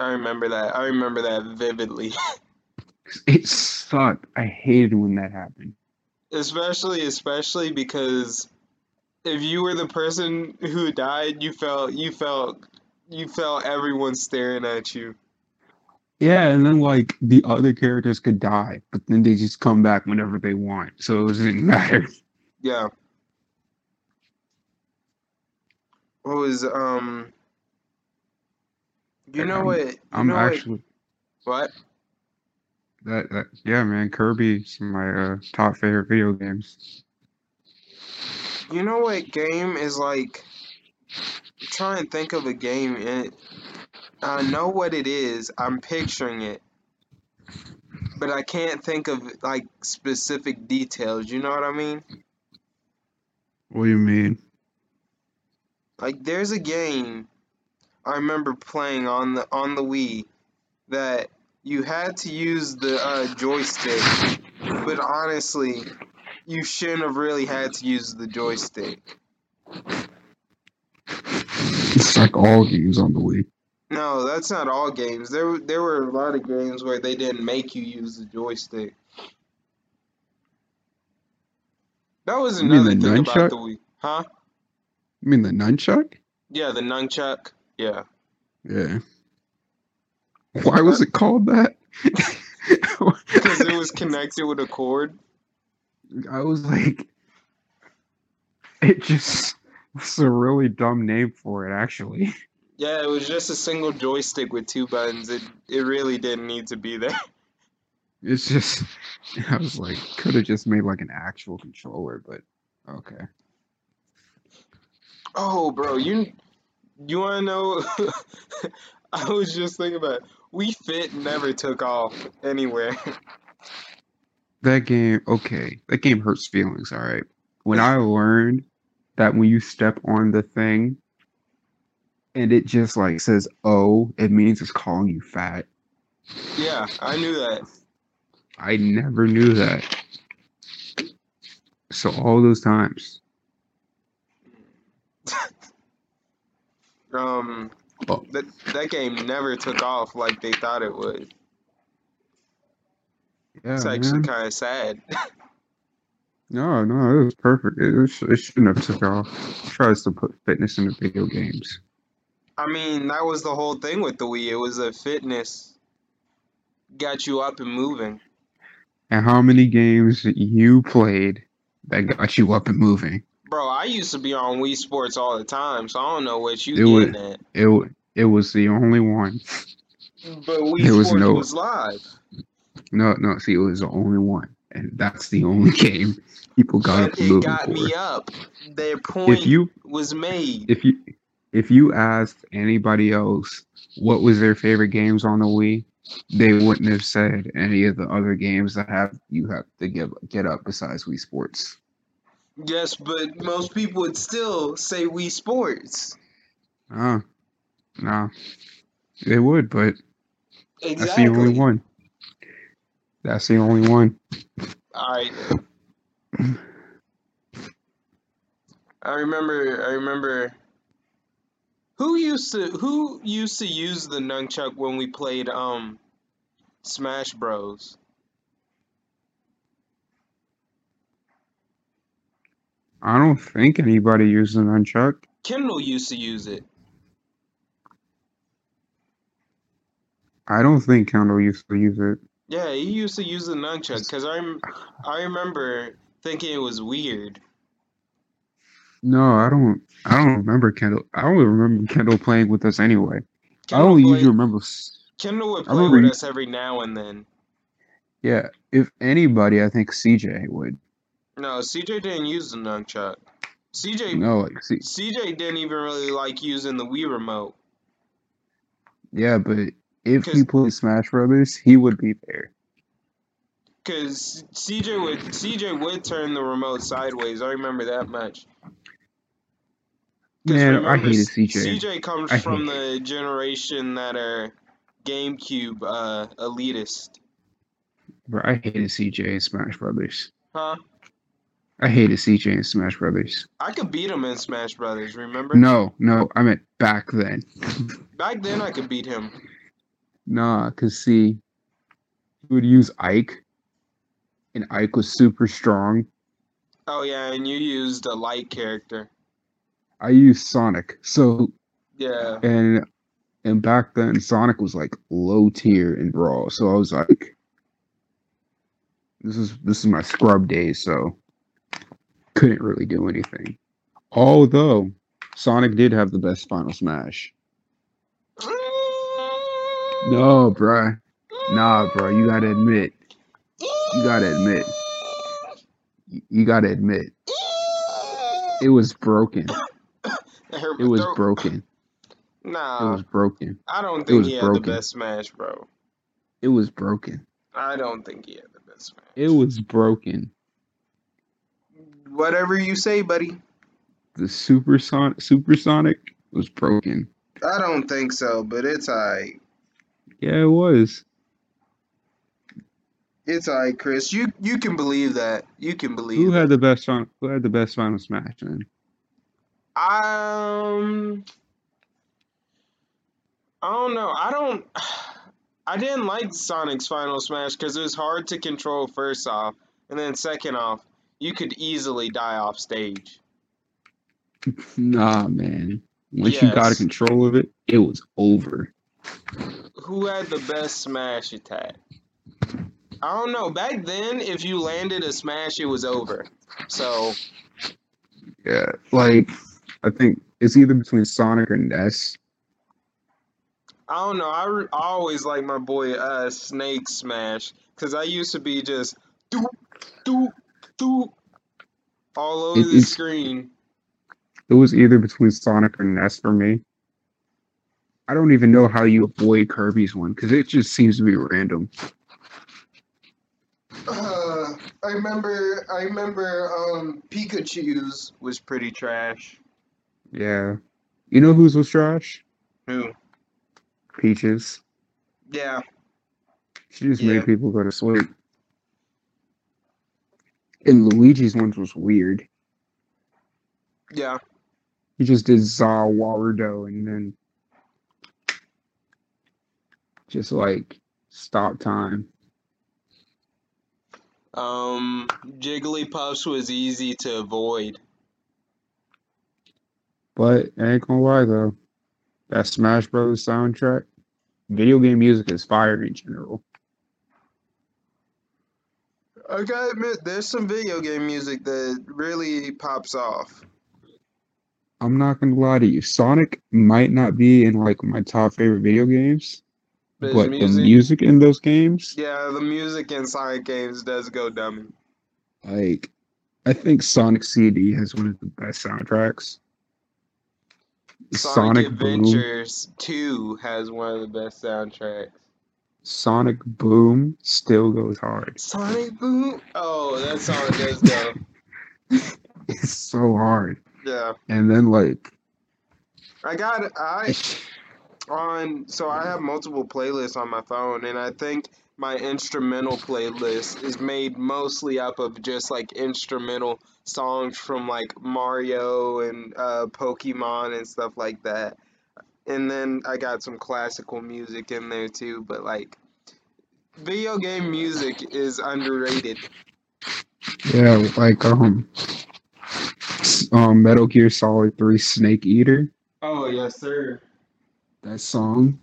A: I remember that. I remember that vividly.
B: It sucked. I hated when that happened.
A: Especially especially because if you were the person who died, you felt you felt you felt everyone staring at you.
B: Yeah, and then like the other characters could die, but then they just come back whenever they want. So it doesn't matter.
A: Yeah. What was um you know
B: I'm-
A: what you
B: I'm
A: know what-
B: actually
A: what
B: that, that yeah, man, Kirby's my uh, top favorite video games.
A: You know what game is like? I'm trying to think of a game, and it- I know what it is. I'm picturing it, but I can't think of like specific details. You know what I mean?
B: What do you mean?
A: Like there's a game I remember playing on the on the Wii that you had to use the uh, joystick, but honestly, you shouldn't have really had to use the joystick.
B: It's like all games on the Wii.
A: No, that's not all games. There were- there were a lot of games where they didn't make you use the joystick. That was
B: You mean
A: another
B: the
A: thing about
B: nunchuck?
A: the Wii, huh?
B: You mean the nunchuck?
A: Yeah, the nunchuck. Yeah.
B: Yeah. Why was it called that?
A: Because it was connected with a cord.
B: I was like, it just. It's a really dumb name for it, actually.
A: Yeah, it was just a single joystick with two buttons. It it really didn't need to be there.
B: It's just, I was like, could have just made like an actual controller, but okay.
A: Oh, bro, you you wanna know? I was just thinking about it. We Fit never took off anywhere.
B: That game, okay, that game hurts feelings, all right. When I learned that when you step on the thing and it just like says, oh, it means it's calling you fat.
A: Yeah, I knew that.
B: I never knew that. So all those times.
A: Um,
B: Oh.
A: that that game never took off like they thought it would.
B: Yeah,
A: It's actually
B: man.
A: kind of sad.
B: No, no, it was perfect. It, was, it shouldn't have took off. Tries to put fitness into video games.
A: I mean, that was the whole thing with the Wii. It was a fitness, got you up and moving.
B: And how many games that you played that got you up and moving?
A: Bro, I used to be on Wii Sports all the time, so I don't know what you
B: It was
A: getting at.
B: it wa- it was the only one.
A: But Wii
B: There was
A: Sports
B: no
A: was live.
B: no no. See, it was the only one, and that's the only game people got
A: But
B: up and
A: it
B: moving
A: got me
B: for.
A: up. Their
B: If
A: point
B: you
A: was made.
B: if you if you asked anybody else what was their favorite games on the Wii, they wouldn't have said any of the other games that have you have to give get up besides Wii Sports.
A: Yes, but most people would still say Wii Sports.
B: Ah, no, they would, but that's the only
A: Exactly.
B: one. That's the only one.
A: All right. I remember. I remember. Who used to Who used to use the nunchuck when we played um Smash Bros?
B: I don't think anybody used an nunchuck.
A: Kendall used to use it.
B: I don't think Kendall used to use it.
A: Yeah, he used to use the nunchuck because I rem- I remember thinking it was weird.
B: No, I don't. I don't remember Kendall. I don't remember Kendall playing with us anyway. I
A: Kendall
B: only usually
A: played.
B: remember. s-
A: Kendall would
B: I
A: play
B: remember.
A: with
B: you-
A: us every now and then.
B: Yeah, if anybody, I think CJ would.
A: No, CJ didn't use the nunchuck. CJ
B: No, like see.
A: CJ didn't even really like using the Wii remote
B: Yeah, but if he
A: because
B: played Smash Brothers, he would be there.
A: Cause CJ would CJ would turn the remote sideways. I remember that much. Cause
B: Man, I
A: remember
B: hated
A: S-
B: CJ.
A: CJ comes
B: I
A: from
B: hate.
A: the generation that are GameCube uh, elitist,
B: Bro, I hated CJ and Smash Brothers.
A: huh?
B: I hated CJ and Smash Brothers.
A: I could beat him in Smash Brothers. Remember?
B: No, no, I meant back then.
A: Back then I could beat him.
B: Nah, cause see, he would use Ike, and Ike was super strong.
A: Oh yeah, and you used a light character.
B: I used Sonic. So
A: Yeah,
B: and and back then Sonic was like low tier in Brawl. So I was like, this is this is my scrub days, so couldn't really do anything. Although Sonic did have the best Final Smash. No, bruh. Nah, bruh. You gotta admit. You gotta admit. You gotta admit. It was broken.
A: Her
B: It was
A: throat-
B: broken. It
A: Nah,
B: was broken.
A: I don't
B: was
A: think he had the
B: broken.
A: best match, bro.
B: It was broken.
A: I don't think he had the best match.
B: It was broken.
A: Whatever you say, buddy.
B: The supersonic supersonic was broken.
A: I don't think so, but it's alright.
B: Yeah, it was.
A: It's alright, Chris. You you can believe that. You can believe.
B: Who
A: that.
B: had the best final, who had the best final smash man?
A: Um, I don't know. I don't. I didn't like Sonic's Final Smash because it was hard to control. First off, and then second off, you could easily die off stage.
B: Nah man. Once you got a
A: Yes.
B: control of it, it was over.
A: Who had the best smash attack? I don't know. Back then, if you landed a smash, it was over. So
B: Yeah. Like I think it's either between Sonic or Ness.
A: I don't know. I, re- I always like my boy uh Snake Smash because I used to be just doop doop doop all over
B: It
A: the
B: is-
A: screen.
B: It was either between Sonic or Ness for me. I don't even know how you avoid Kirby's one because it just seems to be random.
A: Uh, I remember. I remember. Um, Pikachu's was pretty trash.
B: Yeah. You know whose was trash?
A: Who?
B: Peaches.
A: Yeah.
B: She just
A: Yeah.
B: made people go to sleep. And Luigi's ones was weird.
A: Yeah.
B: He just did Za Warudo and then just like stop time.
A: Um, Jigglypuff's was easy to avoid.
B: But I ain't gonna lie though, that Smash Brothers soundtrack, video game music is fire in general.
A: I gotta admit, there's some video game music that really pops off.
B: I'm not gonna lie to you, Sonic might not be in like my top favorite video games,
A: But his
B: but the
A: music,
B: music in those games,
A: yeah, the music in Sonic games does go dummy.
B: like I think Sonic CD has one of the best soundtracks.
A: Sonic,
B: Sonic Boom,
A: Adventures 2 has one of the best soundtracks.
B: Sonic Boom still goes hard.
A: Sonic Boom? Oh, that song does go.
B: It's so hard.
A: Yeah.
B: And then like
A: I got I on so I have multiple playlists on my phone and I think my instrumental playlist is made mostly up of just like instrumental songs from like Mario and uh, Pokemon and stuff like that. And then I got some classical music in there too, but like video game music is underrated.
B: yeah, like um s- um Metal Gear Solid 3 Snake Eater,
A: Oh yes, sir.
B: that song.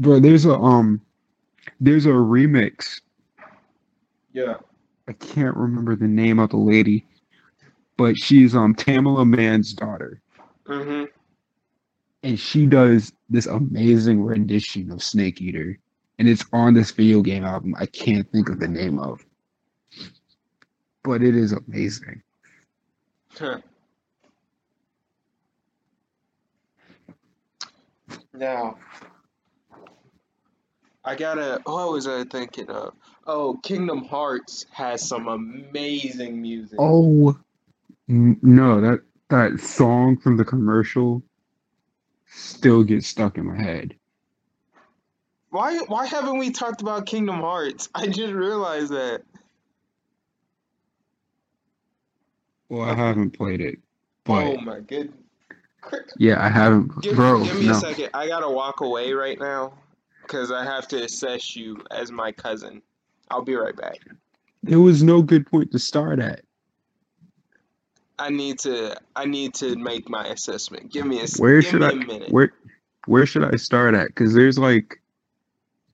B: Bro, there's a um there's a remix.
A: Yeah.
B: I can't remember the name of the lady, but she's um Tamala Mann's daughter.
A: Mhm.
B: and she does this amazing rendition of Snake Eater, and it's on this video game album. I can't think of the name of, but it is amazing.
A: Now, I gotta. What was I thinking of? Oh, Kingdom Hearts has some amazing music.
B: Oh n- no, that that song from the commercial still gets stuck in my head.
A: Why? Why haven't we talked about Kingdom Hearts? I just realized that.
B: Well, I haven't played it,
A: oh
B: but
A: my goodness. Cri-
B: yeah, I haven't,
A: Give,
B: bro.
A: give me a
B: No,
A: second. I gotta walk away right now because I have to assess you as my cousin. I'll be right back.
B: there was no good point to start at.
A: I need to. I need to make my assessment. Give me a. s-
B: Where
A: give
B: should
A: me
B: I
A: a minute.
B: where where should I start at? Because there's like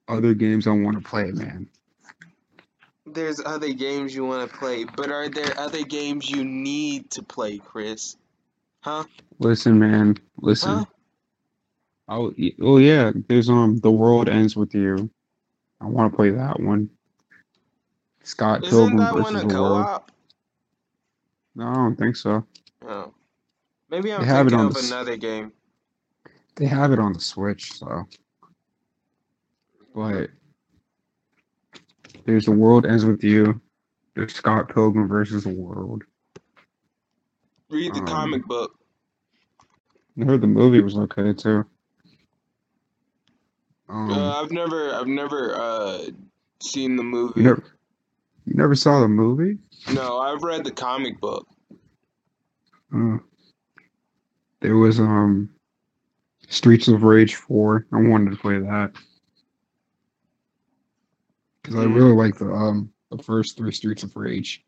B: other games I want to play, man.
A: There's other games you want to play, but are there other games you need to play, Chris? Huh?
B: Listen, man.
A: Huh?
B: Listen. Oh, oh yeah. There's um, the world ends with you. I want to play that one. Scott
A: Isn't
B: Pilgrim
A: that one
B: versus
A: a
B: the world.
A: co-op?
B: No, I don't think so.
A: Oh. Maybe I'm
B: They have it
A: thinking
B: on
A: of
B: the s-
A: another game.
B: They have it on the Switch, so. But there's the world ends with you. There's Scott Pilgrim versus the world.
A: Read the
B: Um,
A: comic book.
B: I heard the movie was okay too. Um,
A: uh, I've never, I've never uh, seen the movie.
B: you never, you never saw the movie?
A: No, I've read the comic book.
B: Uh, there was um, Streets of Rage four. I wanted to play that because I
A: Mhm.
B: really like the um the first three Streets of Rage.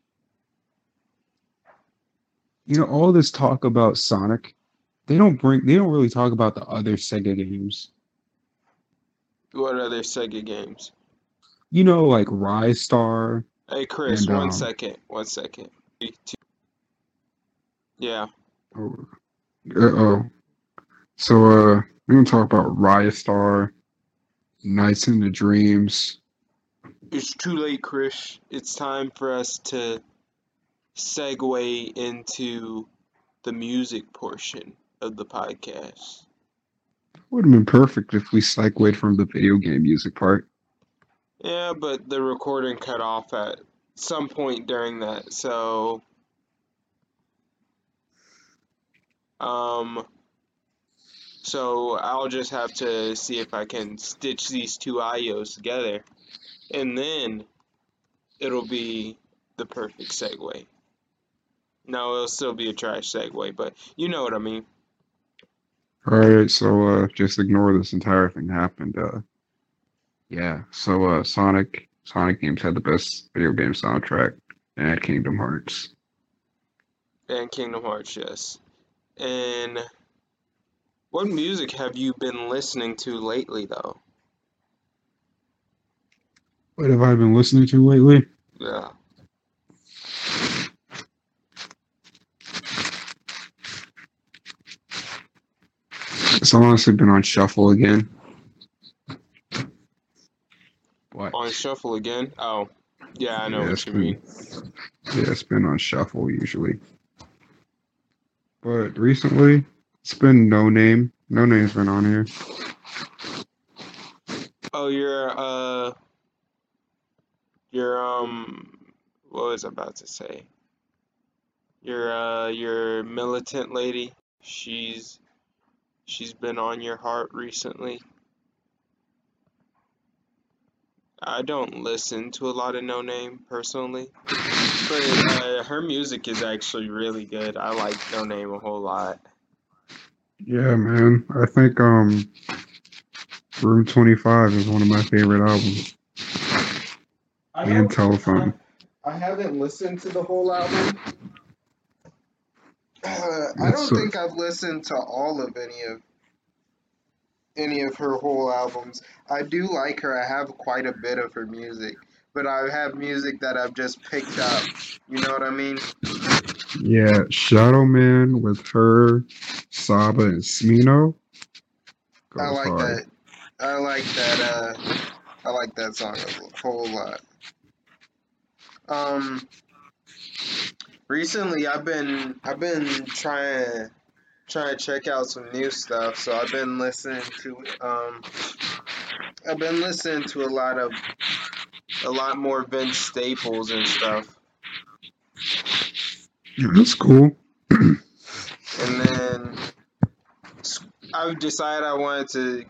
B: You know, all this talk about Sonic, they don't bring. They don't really talk about the other Sega games.
A: What other Sega games?
B: You know, like Rise Star.
A: Hey, Chris,
B: And,
A: one
B: um,
A: second, one second. Three, two. Yeah,
B: Uh oh. So uh we're gonna talk about Riot Star, Nights in the Dreams.
A: it's too late, Chris. It's time for us to segue into the music portion of the podcast.
B: Would have been perfect if we segued from the video game music part.
A: Yeah, but the recording cut off at some point during that, so um so I'll just have to see if I can stitch these two IOs together and then it'll be the perfect segue. No, it'll still be a trash segue, but you know what I mean.
B: Alright, so uh just ignore this entire thing happened. Uh yeah, so uh Sonic Sonic games had the best video game soundtrack and Kingdom Hearts.
A: And Kingdom Hearts, yes. And what music have you been listening to lately though?
B: What have I been listening to lately?
A: Yeah.
B: It's honestly been on shuffle again. What?
A: On shuffle again? Oh, yeah, I know
B: Yeah,
A: what
B: it's
A: you
B: been-
A: mean.
B: Yeah, it's been on shuffle usually. But recently, it's been no name. No name's been on here.
A: Oh, you're uh, you're um, what was I about to say? Your uh, your militant lady. She's she's been on your heart recently. I don't listen to a lot of No Name personally, but uh, her music is actually really good. I like No Name a whole lot.
B: Yeah, man. I think um, Room Twenty Five is one of my favorite albums. And Telephone.
A: I haven't listened to the whole album. Uh, I
B: Yes,
A: don't
B: sir.
A: think I've listened to all of any of any of her whole albums. I do like her. I have quite a bit of her music, but I have music that I've just picked up. You know what I mean?
B: Yeah, Shadow Man with her, Saba and Smino. Goes
A: I like
B: hard.
A: that. I like that. Uh, I like that song a whole lot. Um, recently I've been I've been trying trying to check out some new stuff. So I've been listening to um, I've been listening to a lot of a lot more Vince Staples and stuff.
B: Yeah, that's cool.
A: and then s- I decided I wanted to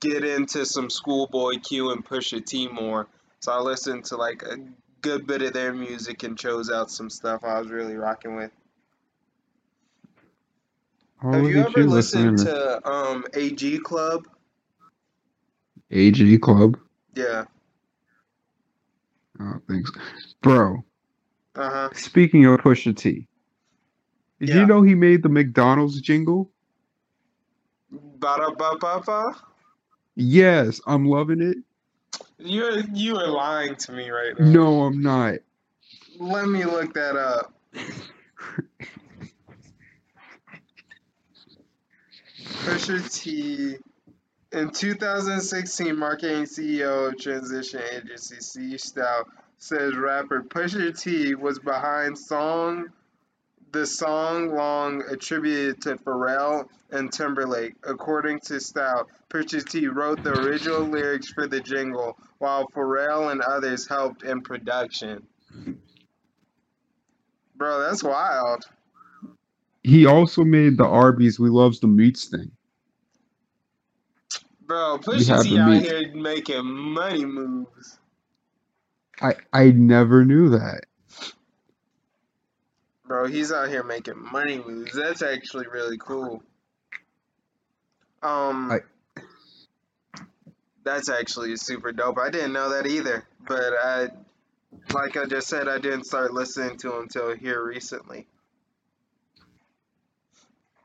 A: get into some Schoolboy Q and Pusha T more. So I listened to like a good bit of their music and chose out some stuff I was really rocking with.
B: Oh,
A: Have
B: look
A: you
B: at
A: ever listened
B: listening
A: to um AG Club?
B: AG Club?
A: Yeah.
B: Oh, thanks, bro.
A: Uh huh.
B: Speaking of Pusha T, did
A: Yeah.
B: you know he made the McDonald's jingle?
A: Ba da ba ba ba.
B: Yes, I'm loving it.
A: You you are lying to me right now.
B: No, I'm not.
A: Let me look that up. Pusha T, in 2016, marketing CEO of transition agency C Style says rapper Pusha T was behind song the song long attributed to Pharrell and Timberlake. According to Stout, Pusha T wrote the original lyrics for the jingle, while Pharrell and others helped in production. Bro, that's wild.
B: He also made the Arby's We Loves the Meats thing.
A: Bro,
B: have
A: Pusha T
B: the
A: out
B: meat.
A: here making money moves.
B: I I never knew that.
A: Bro, he's out here making money moves. That's actually really cool. Um,
B: I-
A: that's actually super dope. I didn't know that either, but I, like I just said, I didn't start listening to him till here recently.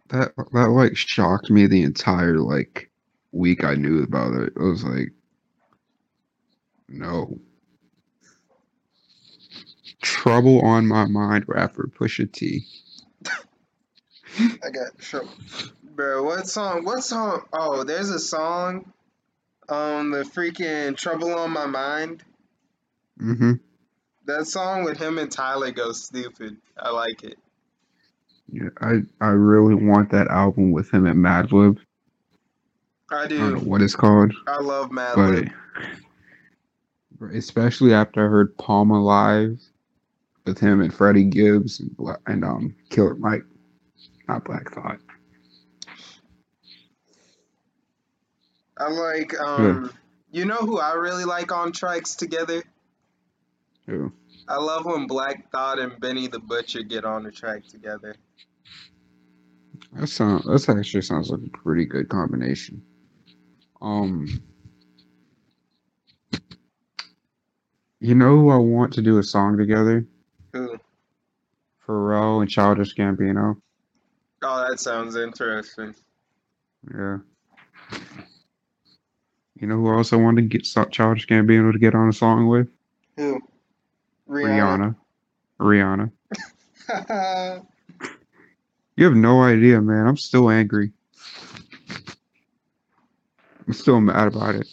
B: That that like shocked me the entire like week I knew about it. I was like, no. Trouble on my mind rapper Pusha T.
A: I got trouble, bro. What song? What song? Oh, there's a song, um, the freaking "Trouble on My Mind."
B: Mm-hmm.
A: That song with him and Tyler goes stupid. I like it.
B: Yeah, I I really want that album with him at Madlib.
A: I
B: I don't know
A: do.
B: what it's called,
A: I love Mad
B: but
A: Lib.
B: especially after I heard Palm Alive with him and Freddie Gibbs and Bla- and um Killer Mike, not Black Thought.
A: I like
B: Yeah.
A: um you know who I really like on tracks together?
B: Who?
A: I love when Black Thought and Benny the Butcher get on the track together.
B: That sound that actually sounds like a pretty good combination. Um, you know who I want to do a song together?
A: Who?
B: Pharrell and Childish Gambino.
A: Oh, that sounds interesting.
B: Yeah. You know who else I want to get so- Childish Gambino to get on a song with?
A: Who? Rihanna.
B: Rihanna. Rihanna.
A: I
B: You have no idea, man. I'm still angry. I'm still mad about it.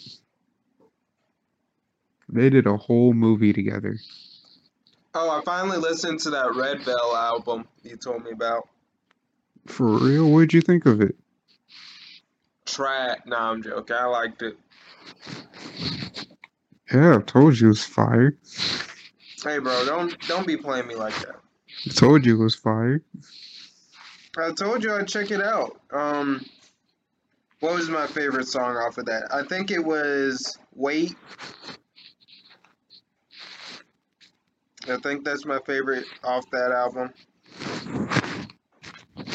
B: They did a whole movie together.
A: Oh, I finally listened to that Red Bell album you told me about.
B: For real? What'd you think of it?
A: Track. Nah, I'm joking. I liked it.
B: Yeah, I told you it was fire.
A: Hey bro, don't don't be playing me like that.
B: I told you it was fire.
A: I told you I'd check it out. Um what was my favorite song off of that? I think it was Wait. I think that's my favorite off that album.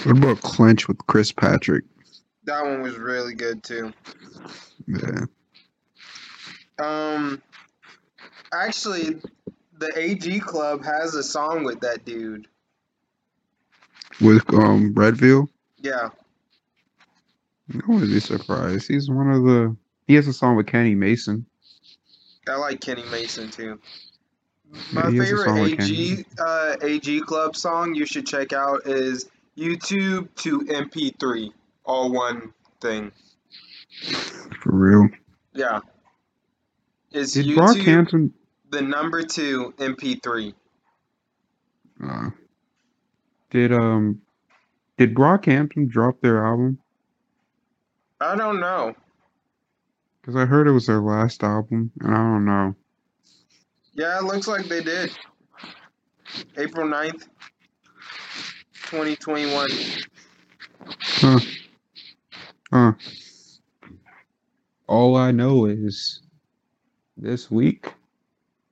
B: What about Clench with Chris Patrick?
A: That one was really good too.
B: Yeah.
A: Um, actually, the AG Club has a song with that dude.
B: With um Redville?
A: Yeah,
B: I wouldn't be surprised. He's one of the he has a song with Kenny Mason.
A: I like Kenny Mason too.
B: Yeah,
A: My
B: he has a
A: favorite
B: song with Kenny.
A: AG uh, AG Club song you should check out is YouTube to MP3, all one thing.
B: For real.
A: Yeah, it's
B: Did
A: YouTube
B: Brockhampton
A: the number two MP3.
B: uh, did um did Brockhampton drop their album?
A: I don't know.
B: Because I heard it was their last album, and I don't know.
A: Yeah, it looks like they did. April 9th, 2021.
B: Huh, huh. All I know is this week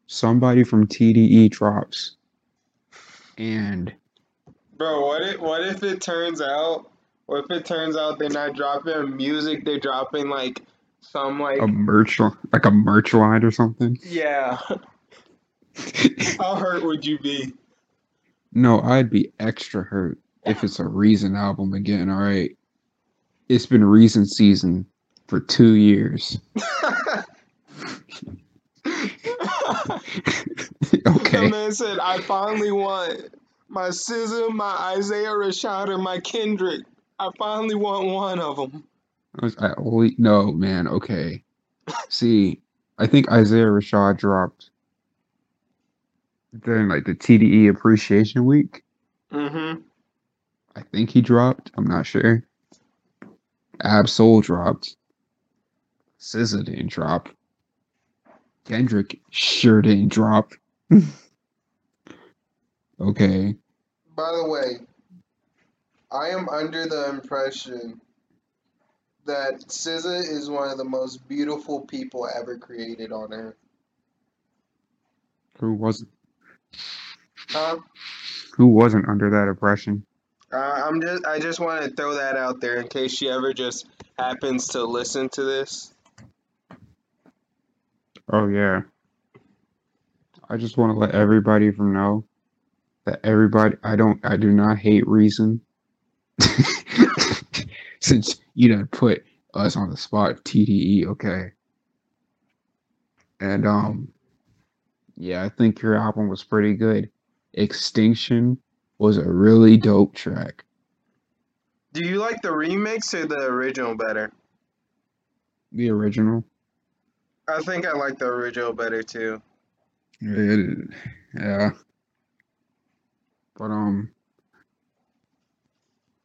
B: somebody from TDE drops, and
A: Bro, what if what if it turns out what if it turns out they're not dropping music, they're dropping like some
B: a
A: like
B: merch li- like a merch line or something.
A: yeah. How hurt would you be?
B: no, I'd be extra hurt if it's a Reason album again. All right, it's been Reason season for two years.
A: The
B: okay.
A: man said, I finally want my SZA, my Isaiah Rashad, and my Kendrick. I finally want one of them.
B: I was- I only no man. Okay, see, I think Isaiah Rashad dropped during like the TDE E Appreciation Week,
A: Mm-hmm.
B: I think he dropped. I'm not sure. Absol dropped. SZA didn't drop. Kendrick sure didn't drop. okay.
C: By the way, I am under the impression that SZA is one of the most beautiful people ever created on earth.
B: Who wasn't
C: Huh?
B: who wasn't under that impression?
A: Uh, I'm just I just want to throw that out there in case she ever just happens to listen to this.
B: Oh yeah. I just want to let everybody from know that everybody I don't I do not hate reason. Since you done put us on the spot TDE, okay. And um yeah, I think your album was pretty good. Extinction was a really dope track.
A: Do you like the remix or the original better?
B: The original.
A: I think I like the original better too.
B: It, yeah. But um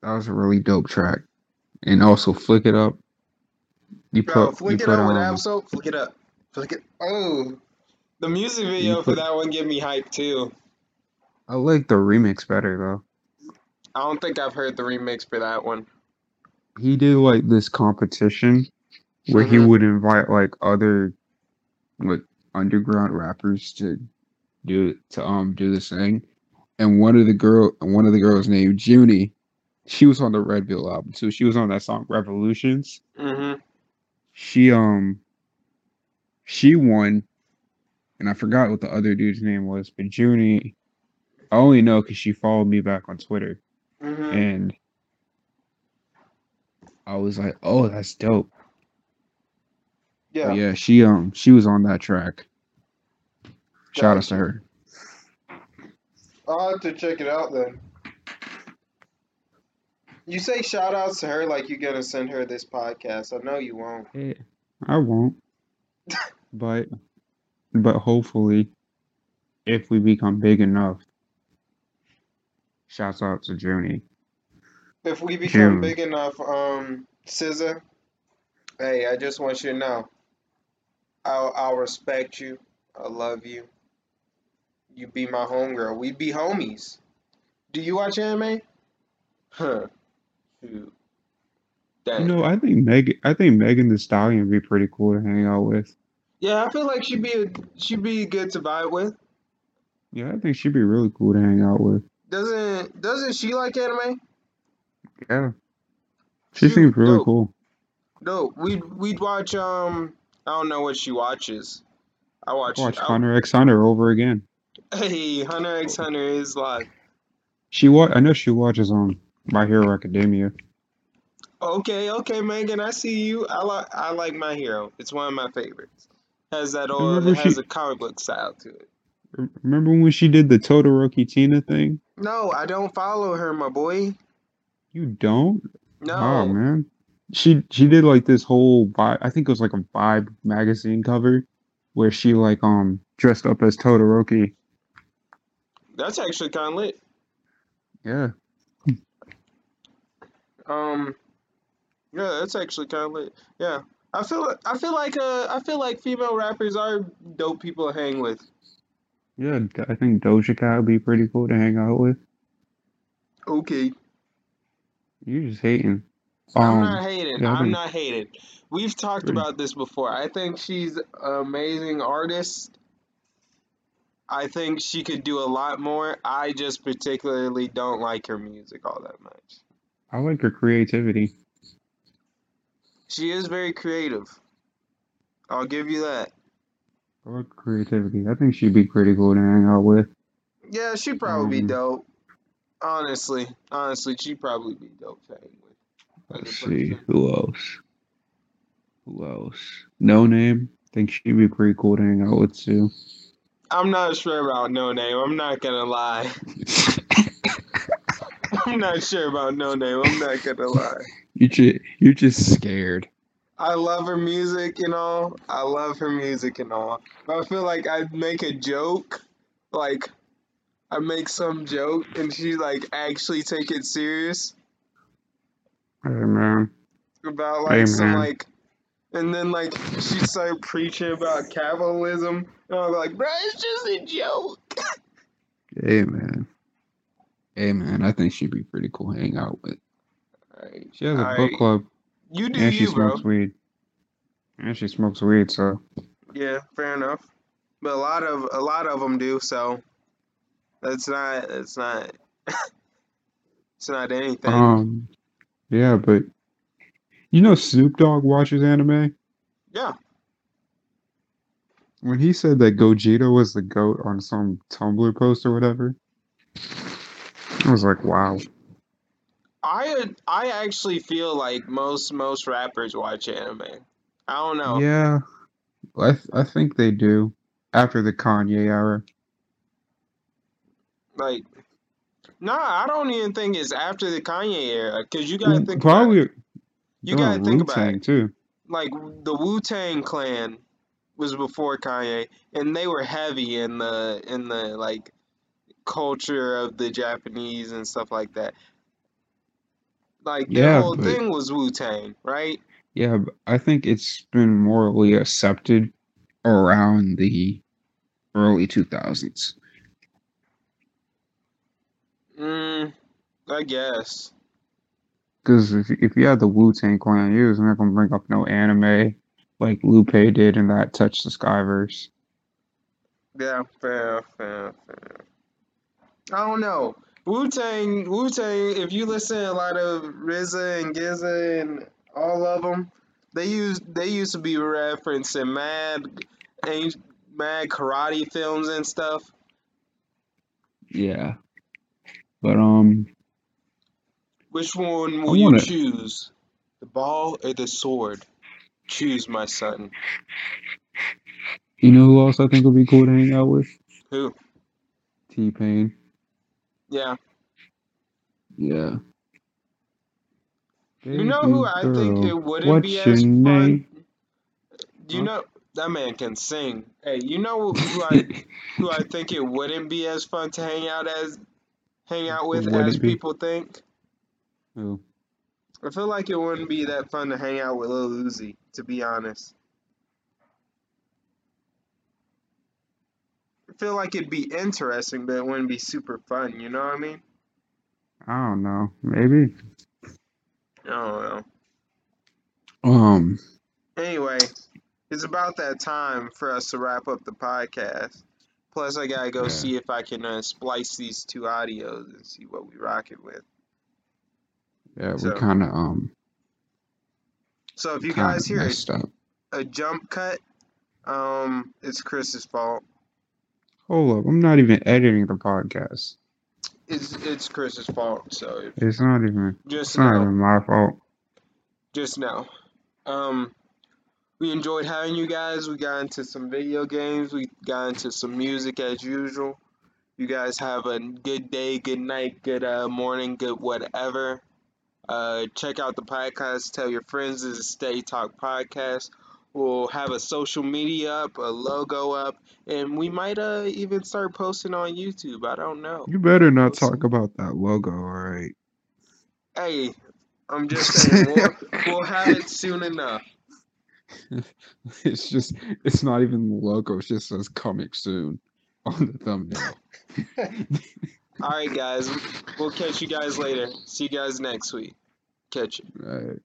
B: that was a really dope track. And also flick it up. You put,
A: Bro,
B: you
A: flick it
B: put,
A: up with
B: um,
A: Absol. Flick it up. Flick it. Oh, the music
B: You
A: video for
B: put-
A: that one gave me hype too.
B: I like the remix better though.
A: I don't think I've heard the remix for that one.
B: He did like this competition where he
A: Mhm.
B: would invite like other like underground rappers to do to um do this thing. And one of the girl one of the girls named Junie, she was on the Red Bill album too. She was on that song Revolutions.
A: Mm-hmm.
B: she um she won and i forgot what the other dude's name was but junie i only know because she followed me back on twitter
A: Mm-hmm.
B: and i was like oh that's dope But
A: Yeah.
B: yeah she um she was on that track shout outs to her
C: I'll have to check it out then.
A: You say shout outs to her like you're gonna send her this podcast. I know you won't.
B: i won't but but hopefully if we become big enough shouts out to junie
A: If we become
B: Hmm.
A: big enough, um, SZA, hey, I just want you to know, I'll I'll respect you. I love you. You be my homegirl. We be homies. Do you watch anime? Huh. Shoot. Dang.
B: you know i think megan i think megan the stallion would be pretty cool to hang out with
A: Yeah, I feel like she'd be a, she'd be good to vibe with.
B: yeah i think she'd be really cool to hang out with
A: Doesn't doesn't she like anime?
B: Yeah. She
A: Shoot,
B: seems really
A: dope.
B: cool.
A: No, we'd we'd watch um I don't know what she watches. I watch,
B: Watch
A: I-
B: Hunter x Hunter over again.
A: Hey, Hunter X Hunter is live.
B: She wa- I know she watches um My Hero Academia.
A: Okay, okay, Megan, I see you. I like I like My Hero. It's one of my favorites. Has that old it
B: Remember
A: has
B: she-
A: a comic book style to it.
B: R- Remember when she did the Todoroki Tina thing?
A: No, I don't follow her, my boy.
B: You don't?
A: No.
B: Wow, Oh, man. She she did like this whole vibe. I think it was like a Vibe magazine cover where she like um dressed up as Todoroki.
A: That's actually kinda lit.
B: Yeah.
A: Um yeah, that's actually kinda lit. Yeah. I feel I feel like uh I feel like female rappers are dope people to hang with.
B: Yeah, d- I think Doja Cat would be pretty cool to hang out with.
A: Okay.
B: You just hating.
A: I'm
B: Um,
A: not hating.
B: yeah, I
A: I'm
B: think-
A: not hating. We've talked
B: Really?
A: about this before. I think she's an amazing artist. I think she could do a lot more. I just particularly don't like her music all that much.
B: I like her creativity.
A: She is very creative. I'll give you that.
B: I like her creativity. I think she'd be pretty cool to hang out with.
A: Yeah, she'd probably be
B: Um,
A: dope. Honestly, honestly, she'd probably be dope to hang with. as a
B: Let's see
A: person.
B: who else. Who else? No name. Think she'd be pretty cool to hang out with too.
A: I'm not sure about No Name. I'm not gonna lie. I'm not sure about No Name. I'm not gonna lie.
B: you just you're just scared.
A: I love her music and all. I love her music and all. But I feel like I'd make a joke like I make some joke and she like actually take it serious
B: Hey, man.
A: about
B: Hey,
A: like some
B: man.
A: like and then like she started preaching about capitalism and I was like, bruh, it's just a joke.
B: Hey, man. Hey, man. I think she'd be pretty cool to hang out with.
A: Alright.
B: She has a book
A: Alright.
B: club
A: You do
B: and she
A: you, bro.
B: smokes weed. And she smokes weed, so
A: Yeah, fair enough. But a lot of a lot of them do, so that's not that's not it's not anything.
B: um yeah, but you know Snoop Dogg watches anime?
A: yeah.
B: When he said that Gogeta was the goat on some Tumblr post or whatever, I was like, wow.
A: I I actually feel like most most rappers watch anime. I don't know.
B: Yeah, I th- I think they do after the Kanye era.
A: Like, nah, I don't even think it's after the Kanye era because you gotta
B: Well,
A: think about
B: Mm, Probably
A: you gotta think about
B: Tang too.
A: like the Wu Tang Clan was before Kanye, and they were heavy in the in the like culture of the Japanese and stuff like that. Like their
B: Yeah,
A: whole
B: but-
A: thing was Wu Tang, right?
B: Yeah, but I think it's been morally accepted around the early two thousands.
A: Mm, I guess.
B: Because if if you had the Wu Tang Clan, you was not gonna bring up no anime like Lupe did in that Touch the Skyverse.
A: Yeah, fair, fair, fair. I don't know. Wu Tang, Wu Tang. If you listen to a lot of RZA and Giza and all of them, they use they used to be referencing mad, ang- mad karate films and stuff.
B: Yeah, but um,
A: Which one
B: I
A: will you
B: wanna-
A: choose, the ball or the sword? Choose, my son.
B: you know who else I think would be cool to hang out with?
A: Who?
B: T Pain.
A: Yeah,
B: Yeah.
A: you know who I think it wouldn't be
B: What's your
A: as fun.
B: name?
A: You
B: Huh?
A: know that man can sing. Hey, you know who I who I think it wouldn't be as fun to hang out as hang out with
B: Would
A: as
B: it be?
A: people think.
B: Who?
A: I feel like it wouldn't be that fun to hang out with Lil Uzi, to be honest. I feel like it'd be interesting, but it wouldn't be super fun. You know what I mean?
B: I don't know. Maybe.
A: I don't know.
B: Um.
A: Anyway, it's about that time for us to wrap up the podcast. Plus, I gotta go
B: Yeah.
A: see if I can uh, splice these two audios and see what we rock it with.
B: Yeah,
A: So,
B: we're kind of um.
A: So if you
B: kinda
A: guys hear a
B: messed up.
A: a jump cut, um, it's Chris's fault.
B: Hold up, I'm not even editing the podcast.
A: It's it's Chris's fault. So
B: It's not even.
A: just
B: It's not
A: know,
B: even my fault.
A: just know. Um, we enjoyed having you guys. We got into some video games. We got into some music as usual. You guys have a good day, good night, good uh, morning, good whatever. Uh, check out the podcast. Tell your friends this is Stay Talk Podcast. We'll have a social media up, a logo up, and we might uh, even start posting on YouTube. I don't know.
B: You better not
A: Listen.
B: talk about that logo, all right?
A: Hey, I'm just saying, we'll, we'll have it soon enough.
B: It's just. It's not even the logo. It just says "coming soon" on the thumbnail.
A: All right, guys. We'll catch you guys later. See you guys next week. Catch you.
B: All right.